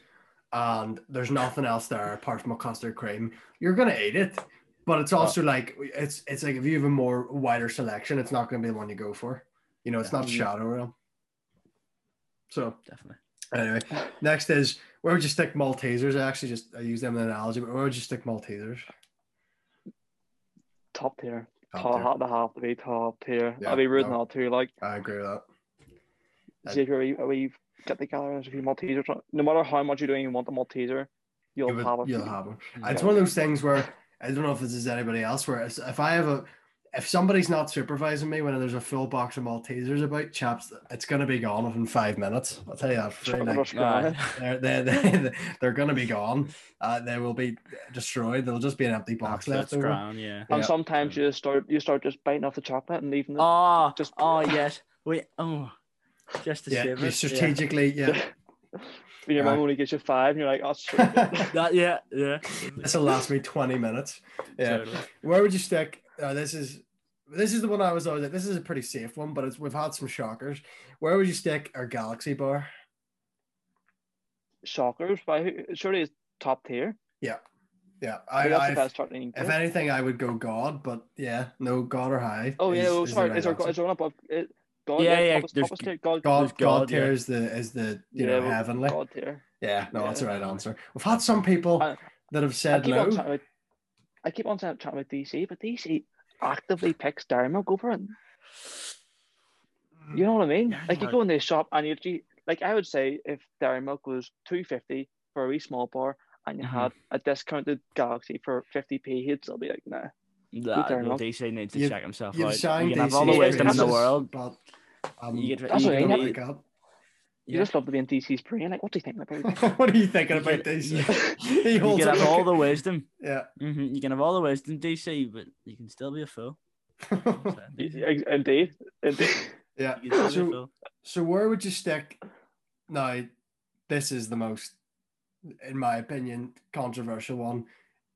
Speaker 2: and there's nothing else there apart from a custard cream, you're gonna eat it. But it's also like it's it's like if you have a more wider selection, it's not gonna be the one you go for. You
Speaker 3: Mm-hmm.
Speaker 2: know, it's not
Speaker 3: Yeah.
Speaker 2: Shadow Realm. So
Speaker 1: Definitely.
Speaker 2: anyway, next is Where would you stick Maltesers? I actually just I use them in an analogy, but where would you stick Maltesers?
Speaker 3: top tier.
Speaker 2: Top
Speaker 3: Top,
Speaker 2: tier.
Speaker 3: they have to be top tier.
Speaker 2: Yeah,
Speaker 3: I'd be rude
Speaker 2: no.
Speaker 3: not to. Like,
Speaker 2: I agree with that.
Speaker 3: see if you're a wee get the gallery, there's a few Maltesers. No matter how much you don't even want the Malteser, you'll
Speaker 2: You would-
Speaker 3: have it.
Speaker 2: You'll have one. It's one of those things where I don't know if this is anybody else. Where it's- if I have a, if somebody's not supervising me when there's a full box of Maltesers about, chaps, it's gonna be gone within five minutes. I'll tell you that. for free,
Speaker 3: Chuck
Speaker 2: like,
Speaker 3: Rush
Speaker 1: Aye.
Speaker 3: Brown.
Speaker 2: they're they're, they're, they're gonna be gone. Uh, they will be destroyed. There'll just be an empty box left
Speaker 1: That's
Speaker 2: over.
Speaker 1: ground, yeah.
Speaker 3: And
Speaker 2: Yeah.
Speaker 3: sometimes you start you start just biting off the chocolate and leaving the
Speaker 1: Oh,
Speaker 3: just-
Speaker 1: oh yes. We oh, just to
Speaker 2: Yeah,
Speaker 1: save
Speaker 2: you
Speaker 1: it.
Speaker 2: strategically. Yeah,
Speaker 3: When your mum
Speaker 2: Aye.
Speaker 3: only gives you five, and you're like, oh, sweet.
Speaker 1: yeah. That, yeah, yeah.
Speaker 2: this will last me twenty minutes. Yeah.
Speaker 1: Totally.
Speaker 2: Where would you stick? Uh, this is this is the one I was always like. This is a pretty safe one, but it's, we've had some shockers. Where would you stick our Galaxy bar?
Speaker 3: shockers. But who- surely it's top tier.
Speaker 2: Yeah,
Speaker 3: I,
Speaker 2: I,
Speaker 3: that's the
Speaker 2: I
Speaker 3: best starting.
Speaker 2: if anything, I would go God, but yeah, no God or high.
Speaker 3: oh yeah,
Speaker 2: is-
Speaker 3: oh,
Speaker 2: is the
Speaker 3: sorry,
Speaker 2: right
Speaker 3: is there
Speaker 2: answer.
Speaker 3: is there one above? It, God,
Speaker 1: Yeah, yeah,
Speaker 3: Top,
Speaker 1: there's-
Speaker 3: top tier,
Speaker 2: God,
Speaker 3: God, God,
Speaker 1: there's
Speaker 2: God,
Speaker 1: God,
Speaker 2: tier
Speaker 1: yeah.
Speaker 2: is the is the you
Speaker 3: Yeah,
Speaker 2: know
Speaker 3: well,
Speaker 2: heavenly.
Speaker 3: tier.
Speaker 2: Yeah, no,
Speaker 3: Yeah.
Speaker 2: that's the right answer. We've had some people
Speaker 3: I-
Speaker 2: that have
Speaker 3: I
Speaker 2: said
Speaker 3: keep, on
Speaker 2: no.
Speaker 3: chatting about, I keep on chatting about DC, but DC actively picks Darimo. Go for it. You know what I mean?
Speaker 1: Yeah, I
Speaker 3: like you
Speaker 1: know.
Speaker 3: go in the shop and you actually- like I would say if Dairy Milk was two fifty for a wee small bar and you
Speaker 1: Mhm.
Speaker 3: had a discounted Galaxy for fifty p, he'd still be like, nah.
Speaker 1: Nah,
Speaker 3: turn
Speaker 1: no,
Speaker 3: off.
Speaker 1: DC needs to
Speaker 2: You-
Speaker 1: check himself
Speaker 2: You've
Speaker 1: out.
Speaker 2: signed
Speaker 1: You can have
Speaker 2: these
Speaker 1: all the
Speaker 3: DC
Speaker 1: wisdom in the
Speaker 3: princesses.
Speaker 1: world.
Speaker 2: but um,
Speaker 1: You get-
Speaker 2: I
Speaker 3: you
Speaker 2: don't
Speaker 3: get-
Speaker 2: like God.
Speaker 3: You just love to be in DC's brain. Like, what do you think about?
Speaker 2: what are you thinking
Speaker 1: You
Speaker 2: about
Speaker 1: get-
Speaker 2: these?
Speaker 1: you-
Speaker 2: he
Speaker 1: You
Speaker 2: holds
Speaker 1: can
Speaker 2: up
Speaker 1: have
Speaker 2: a-
Speaker 1: all the wisdom.
Speaker 2: yeah.
Speaker 1: hmm You can have all the wisdom, DC, but you can still be a fool. So,
Speaker 3: Indeed, indeed.
Speaker 2: yeah.
Speaker 1: you can still
Speaker 2: So-
Speaker 1: be a fool.
Speaker 2: So where would you stick? Now, this is the most, in my opinion, controversial one.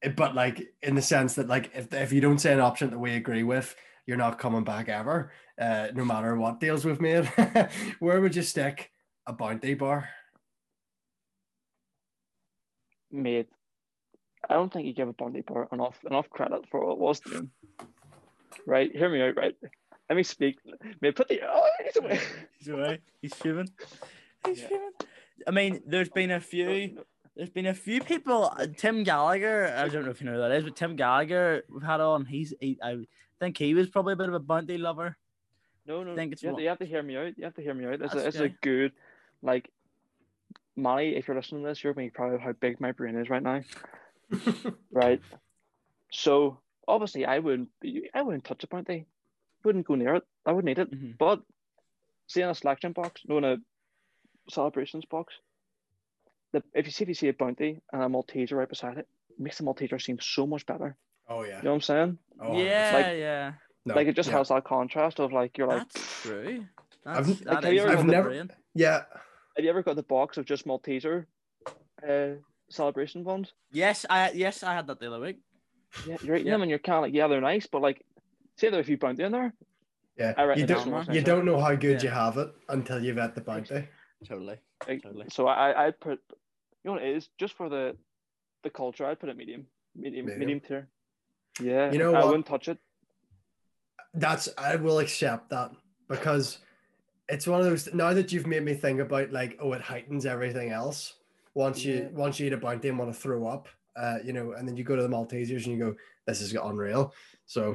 Speaker 2: eh, But like in the sense that like if if you don't say an option that we agree with, you're not coming back ever, uh, no matter what deals we've made. where would you stick a bounty bar?
Speaker 3: Mate, I don't think he gave a Bondi bar enough enough credit for what it was doing. Right, hear me out. Right, let me speak. Mate, put the oh, it's away.
Speaker 1: He's away. He's shivering. He's
Speaker 3: Yeah.
Speaker 1: shivering. I mean, there's been a few. There's been a few people. uh, Tim Gallagher. I don't know if you know who that is, but Tim Gallagher we've had on. He's. He, I think he was probably a bit of a bounty lover.
Speaker 3: No, no,
Speaker 1: think it's
Speaker 3: you, have
Speaker 1: what-
Speaker 3: to, you have to hear me out. You have to hear me out. This,
Speaker 1: That's
Speaker 3: is, this is a
Speaker 1: okay.
Speaker 3: good, like, Molly, if you're listening to this, you're being proud of how big my brain is right now, right? So, obviously, I wouldn't, I wouldn't touch a bounty. Wouldn't go near it. I wouldn't eat it.
Speaker 1: Mhm.
Speaker 3: But, see in a selection box, no, in a celebrations box, the, if you see if you see a bounty and a Malteser right beside it, makes the Malteser seem so much better.
Speaker 2: oh yeah.
Speaker 3: You know what I'm saying?
Speaker 2: Oh,
Speaker 1: yeah,
Speaker 3: like-
Speaker 1: yeah.
Speaker 2: no,
Speaker 3: like, it just
Speaker 2: yeah.
Speaker 3: has that contrast of, like, you're like,
Speaker 1: That's true.
Speaker 2: I've-
Speaker 1: That's, that
Speaker 3: Like, have you
Speaker 1: is
Speaker 3: ever
Speaker 1: a
Speaker 3: had
Speaker 1: good
Speaker 2: the-
Speaker 1: brain.
Speaker 2: Yeah.
Speaker 3: Have you ever got the box of just Malteser uh, celebration ones?
Speaker 1: Yes, I yes I had that the other week.
Speaker 3: Yeah, you're eating
Speaker 1: Yeah.
Speaker 3: them and you're kind of like, yeah, they're nice, but like, say there are a few bounty in there. I
Speaker 2: Yeah.
Speaker 3: reckon
Speaker 2: You
Speaker 3: that's
Speaker 1: one.
Speaker 2: don't,
Speaker 3: almost
Speaker 2: you don't know how good
Speaker 1: Yeah.
Speaker 2: you have it until you've had the bounty.
Speaker 1: Totally.
Speaker 3: Like,
Speaker 1: Totally.
Speaker 3: so I, I put, you know what it is, just for the the culture, I'd put it medium, medium,
Speaker 2: Medium.
Speaker 3: medium, tier. Yeah,
Speaker 2: You know
Speaker 3: I
Speaker 2: what?
Speaker 3: wouldn't touch it.
Speaker 2: that's I will accept that because it's one of those now that you've made me think about like oh it heightens everything else once
Speaker 3: Yeah.
Speaker 2: you once you eat a bounty and want to throw up uh you know and then you go to the Maltesers and you go this is unreal so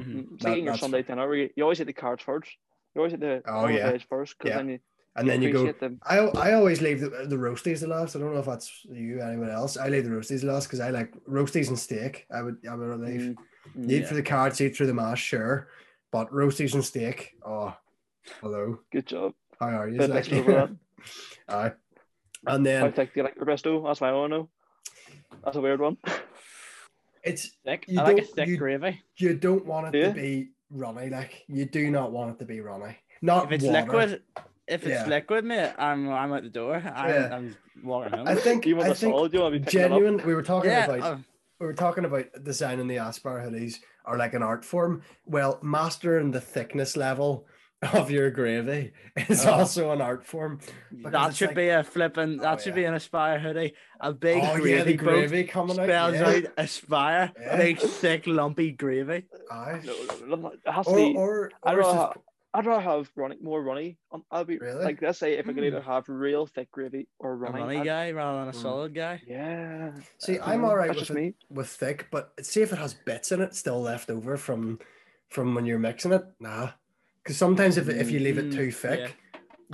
Speaker 1: Mhm.
Speaker 3: It's
Speaker 2: Hmm. That-
Speaker 3: like eating your
Speaker 2: that's
Speaker 3: Mm, Sunday dinner. Where you, you always eat the cards first. You always eat the
Speaker 2: Oh,
Speaker 3: all the
Speaker 2: yeah.
Speaker 3: veg first, because
Speaker 2: Yeah.
Speaker 3: then you,
Speaker 2: and then you go
Speaker 3: appreciate them.
Speaker 2: I, I always leave the, the roasties the last I don't know if that's you anyone else I leave the roasties the last because I like roasties and steak I would I would leave
Speaker 3: Mm, mm.
Speaker 2: eat
Speaker 1: Yeah.
Speaker 2: for the cards eat through the mash sure but roasties and steak oh hello
Speaker 3: Good job.
Speaker 2: how are you
Speaker 3: Bit
Speaker 2: Zach?
Speaker 3: extra over that.
Speaker 2: aye and
Speaker 3: I
Speaker 2: then
Speaker 3: think do you like Resto? That's my own. no. That's a weird one.
Speaker 2: it's
Speaker 1: Thick.
Speaker 2: You
Speaker 1: I like a
Speaker 2: don't-
Speaker 1: thick
Speaker 2: you-
Speaker 1: gravy.
Speaker 2: you don't want it
Speaker 3: Yeah.
Speaker 2: to be runny. Like you do not want it to be runny. Not
Speaker 1: If it's
Speaker 2: Uh, water.
Speaker 1: liquid, if it's
Speaker 2: Yeah.
Speaker 1: liquid, mate, I'm I'm out the door. I'm,
Speaker 2: Yeah.
Speaker 1: I'm walking home.
Speaker 2: I think.
Speaker 3: You want
Speaker 2: I
Speaker 3: the
Speaker 2: think
Speaker 3: solid? You want to be picking it up?
Speaker 2: genuine. We were talking
Speaker 1: yeah.
Speaker 2: about.
Speaker 3: uh,
Speaker 1: oh,
Speaker 2: We were talking about designing the Aspar hoodies are like an art form. Well, mastering the thickness level of your gravy is
Speaker 1: Oh.
Speaker 3: Uh-huh.
Speaker 2: also an art form. because
Speaker 1: that
Speaker 2: it's
Speaker 1: should
Speaker 2: like,
Speaker 1: be a flipping. That
Speaker 2: Oh,
Speaker 1: should
Speaker 2: yeah.
Speaker 1: be an Aspire hoodie. A big
Speaker 2: Oh
Speaker 1: gravy,
Speaker 2: yeah, the
Speaker 1: boat
Speaker 2: gravy coming out.
Speaker 1: spells
Speaker 2: yeah.
Speaker 1: out Aspire.
Speaker 2: Yeah.
Speaker 1: Big thick lumpy gravy.
Speaker 2: Aye.
Speaker 3: No, no, no, it has to
Speaker 2: Or,
Speaker 3: be.
Speaker 2: or,
Speaker 3: I
Speaker 2: or it's
Speaker 3: don't know
Speaker 2: just
Speaker 3: I'd rather have runny, more runny. Um, I'd be
Speaker 2: Really?
Speaker 3: like, let's say if I could
Speaker 1: Hmm.
Speaker 3: either have real thick gravy or
Speaker 1: A
Speaker 3: runny.
Speaker 1: runny
Speaker 3: I'd-
Speaker 1: guy rather than a
Speaker 2: Mm.
Speaker 1: solid guy.
Speaker 3: Yeah.
Speaker 2: See,
Speaker 3: I don't
Speaker 2: I'm
Speaker 3: know,
Speaker 2: all right
Speaker 3: That's
Speaker 2: with
Speaker 3: just
Speaker 2: it-
Speaker 3: me.
Speaker 2: with thick, but see if it has bits in it still left over from from when you're mixing it. Nah, because sometimes if, if you leave it
Speaker 1: Mm,
Speaker 2: too thick,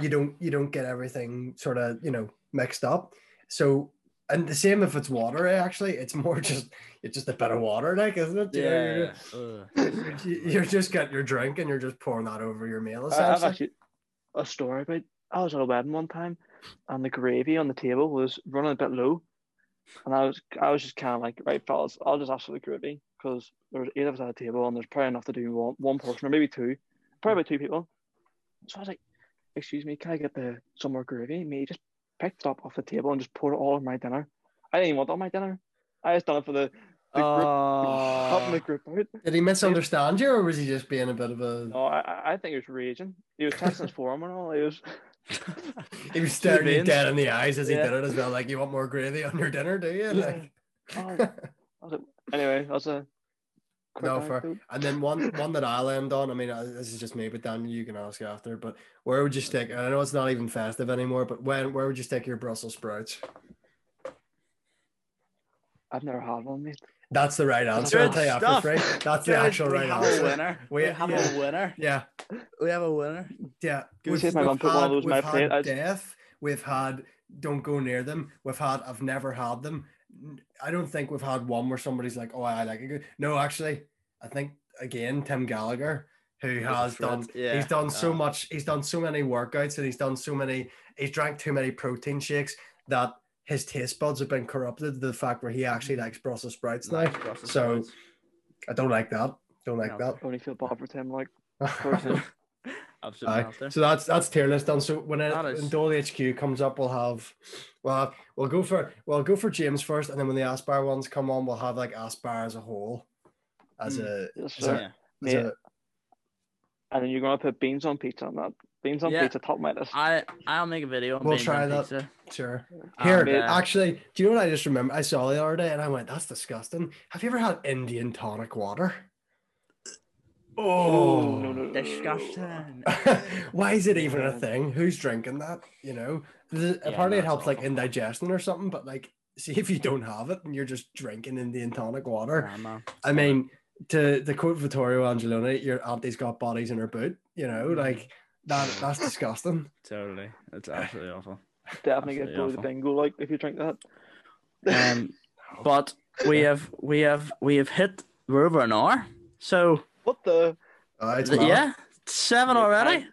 Speaker 2: you don't you don't get everything sort of you know mixed up. So and the same if it's water. Actually, it's more just it's just a bit of water, like isn't it? You know, you're-
Speaker 1: Yeah. Ugh.
Speaker 2: you- You're just getting your drink and you're just pouring that over your meal.
Speaker 3: I- I've
Speaker 2: Essentially,
Speaker 3: actually a story about I was at a wedding one time and the gravy on the table was running a bit low. And I was I was just kind of like, right, fellas, I'll just ask for the gravy because there was eight of us at a table and there's probably enough to do one, one person or maybe two, probably about two people. So I was like, excuse me, can I get the some more gravy? And he just picked it up off the table and just poured it all on my dinner. I didn't even want it on my dinner. I just done it for the, the group, helping the
Speaker 1: Oh.
Speaker 3: group out.
Speaker 2: did he misunderstand you, or was he just being a bit of a?
Speaker 3: No, I- I, I think he was raging. He was testing his form and all. He was.
Speaker 2: He was staring you
Speaker 1: veins.
Speaker 2: dead in the eyes as he
Speaker 1: Yeah.
Speaker 2: did it as well. Like, you want more gravy on your dinner, do you? Like,
Speaker 3: Oh, I was like- anyway, that's a quick
Speaker 2: No, fair.
Speaker 3: anecdote.
Speaker 2: And then one one that I'll end on. I mean, uh, this is just me, but Daniel, you can ask after. But where would you stick? And I know it's not even festive anymore, but when where would you stick your Brussels sprouts?
Speaker 3: I've never had one, mate.
Speaker 2: That's the right answer. I'll
Speaker 1: Good
Speaker 2: tell you after
Speaker 1: stuff.
Speaker 2: free. That's the
Speaker 1: Good,
Speaker 2: actual
Speaker 1: we
Speaker 2: right
Speaker 1: have a
Speaker 2: answer.
Speaker 1: winner.
Speaker 2: We-
Speaker 1: We, have
Speaker 2: yeah.
Speaker 1: a winner.
Speaker 2: Yeah,
Speaker 1: We have a winner.
Speaker 2: yeah.
Speaker 3: Can we see if my mum put one of those in my
Speaker 2: we've had
Speaker 3: plate? I-
Speaker 2: death. We've had don't go near them. We've had I've never had them. I don't think we've had one where somebody's like, oh, I like it good. No, actually, I think again Tim Gallagher, who has done
Speaker 1: Yeah.
Speaker 2: He's done so
Speaker 1: Uh,
Speaker 2: much. He's done so many workouts, and he's done so many. He's drank too many protein shakes that his taste buds have been corrupted. to The fact where he actually likes Brussels sprouts now.
Speaker 1: nice Brussels
Speaker 2: So-
Speaker 1: sprouts.
Speaker 2: I don't like that. Don't like
Speaker 1: No.
Speaker 3: I only feel bad for Tim. Like,
Speaker 2: that.
Speaker 1: Absolute
Speaker 2: Aye.
Speaker 1: melter.
Speaker 2: So that's that's tier list done. So when, it,
Speaker 1: That is-
Speaker 2: when Dole HQ comes up, we'll have, we'll have, we'll go for we'll go for James first, and then when the Aspire ones come on, we'll have like Aspire as a whole, as
Speaker 1: Mm.
Speaker 2: a
Speaker 3: yes,
Speaker 2: Is
Speaker 3: sir.
Speaker 2: that-
Speaker 1: yeah.
Speaker 2: as
Speaker 3: Mate,
Speaker 2: a
Speaker 3: and then you're gonna put beans on pizza on that. Beans on
Speaker 1: Yeah.
Speaker 3: pizza, top of my list.
Speaker 1: I I'll make a video. On
Speaker 2: We'll
Speaker 1: beans
Speaker 2: try
Speaker 1: on
Speaker 2: that.
Speaker 1: Pizza.
Speaker 2: sure.
Speaker 1: And,
Speaker 2: Here,
Speaker 1: uh,
Speaker 2: actually, do you know what I just remember? I saw the other day and I went, that's disgusting. Have you ever had Indian tonic water?
Speaker 3: Oh, no, no, no, no, no.
Speaker 1: disgusting.
Speaker 2: Why is it even a thing? Who's drinking that? You know, The-
Speaker 1: Yeah,
Speaker 2: apparently it
Speaker 1: that's
Speaker 2: helps like
Speaker 1: awful.
Speaker 2: indigestion or something, but like, see if you don't have it and you're just drinking Indian tonic water.
Speaker 1: Nah, man.
Speaker 2: I mean, to, to quote Vittorio Angeloni, your auntie's got bodies in her boot, you know, like that. that's disgusting.
Speaker 1: Totally. It's absolutely awful.
Speaker 3: Definitely get
Speaker 1: absolutely
Speaker 3: go to
Speaker 1: awful.
Speaker 3: bingo. Like, if you drink that.
Speaker 1: Um, but we have we have we have hit we're over an hour. So
Speaker 3: What the?
Speaker 2: Uh, it's
Speaker 1: th-
Speaker 2: mad.
Speaker 1: yeah, seven
Speaker 3: Yeah,
Speaker 1: already.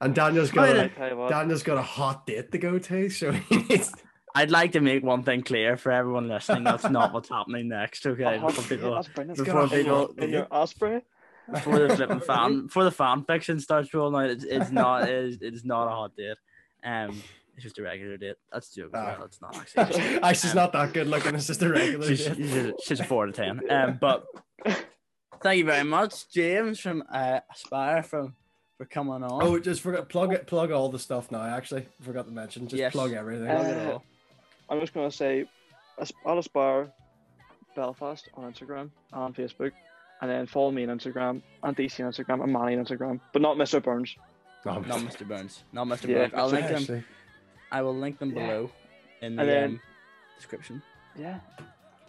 Speaker 2: And Daniel's
Speaker 1: Why
Speaker 2: got
Speaker 1: did-
Speaker 3: I
Speaker 2: a,
Speaker 3: tell you what.
Speaker 2: Daniel's got a hot date to go to, so he needs
Speaker 1: I'd like to make one thing clear for everyone listening. That's not what's happening next. Okay,
Speaker 3: Oh,
Speaker 1: before people,
Speaker 3: that's brilliant.
Speaker 1: before
Speaker 3: In your-
Speaker 1: people-
Speaker 3: in your Osprey,
Speaker 1: before the flipping fan, before the fan fiction starts rolling out, it's, it's not it's, it's not a hot date. Um, it's just a regular date. That's a joke. as well.
Speaker 2: Ah.
Speaker 1: That's not actually.
Speaker 2: Actually, she's not that good looking. It's just a regular.
Speaker 1: she's,
Speaker 2: date.
Speaker 1: she's, she's a four to ten. Um, but thank you very much, James from uh, Aspire from for coming on.
Speaker 2: Oh, just forgot plug it. Plug all the stuff now. Actually, forgot to mention. Just
Speaker 1: Yes. Um,
Speaker 2: plug everything.
Speaker 1: Plug it all.
Speaker 3: Um, I'm just gonna say, As- I'll aspire Belfast on Instagram and Facebook, and then follow me on Instagram and DC on Instagram and Manny on Instagram, but not Mr. Burns.
Speaker 1: Not Mr. Burns. Not Mr.
Speaker 3: Yeah,
Speaker 1: Burns. I'll link them.
Speaker 2: Oh, Actually,
Speaker 1: I will link them
Speaker 3: Yeah.
Speaker 1: below in the
Speaker 3: And then-
Speaker 1: um, description.
Speaker 3: Yeah. If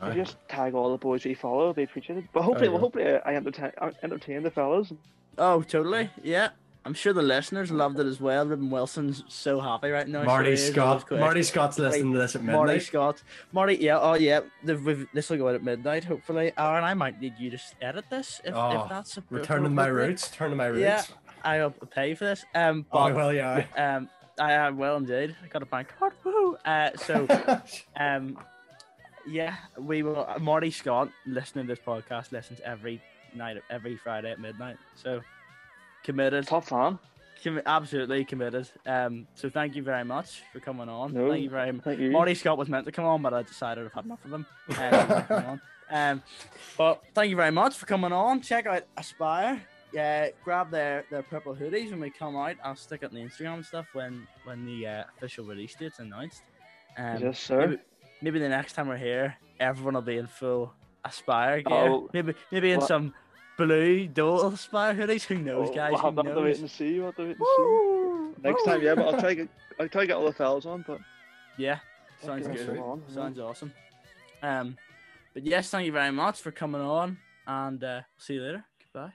Speaker 2: Aye.
Speaker 3: you just tag all the boys we follow, they appreciate it. But hopefully,
Speaker 2: I
Speaker 3: well,
Speaker 2: will.
Speaker 3: hopefully, uh, I entertain, I entertain the fellas.
Speaker 1: Oh, totally. Yeah. I'm sure the listeners loved it as well. Ruben Wilson's so happy right now. Sure
Speaker 2: Marty
Speaker 1: he is.
Speaker 2: Scott.
Speaker 1: That was
Speaker 2: Marty Scott's listening to this at
Speaker 1: quick. Marty
Speaker 2: midnight.
Speaker 1: Scott. Marty, yeah. Oh, yeah. The, we've, this will go out at midnight, hopefully. Aaron, I might need you to s- edit this if,
Speaker 2: Oh,
Speaker 1: if that's a
Speaker 2: Return to my roots. Turn to my roots.
Speaker 1: Yeah, I will pay for this. Um,
Speaker 2: Oh
Speaker 1: but
Speaker 2: well, yeah.
Speaker 1: um, I I will indeed. I got a bank card. Woo! Uh, so um, yeah, we will. Marty Scott, listening to this podcast, listens every night, every Friday at midnight. So committed,
Speaker 3: Top fan.
Speaker 1: commi- absolutely committed. Um, so thank you very much for coming on.
Speaker 3: No.
Speaker 1: Thank you very much.
Speaker 3: Thank you.
Speaker 1: Marty Scott was meant to come on, but I decided I've had enough of him. Uh, so he's not coming on. Um, but thank you very much for coming on. Check out Aspire. Yeah, grab their, their purple hoodies when we come out. I'll stick it on the Instagram and stuff when when the uh, official release date's announced. Um,
Speaker 3: yes, sir.
Speaker 1: maybe, maybe the next time we're here, everyone will be in full Aspire gear.
Speaker 3: Oh.
Speaker 1: maybe maybe in
Speaker 3: What?
Speaker 1: some blue dual spire hoodies. Who knows,
Speaker 3: Oh,
Speaker 1: guys?
Speaker 3: We'll have
Speaker 1: Who
Speaker 3: that to wait and
Speaker 1: knows?
Speaker 3: see. We'll have to wait and see.
Speaker 1: Woo!
Speaker 3: Next time, yeah, but I'll try to get, I'll try to get all the fellas on, but
Speaker 1: Yeah, sounds
Speaker 3: Okay,
Speaker 1: good.
Speaker 3: come on, yeah.
Speaker 1: Sounds awesome. Um, but yes, thank you very much for coming on, and uh, see you later. Goodbye.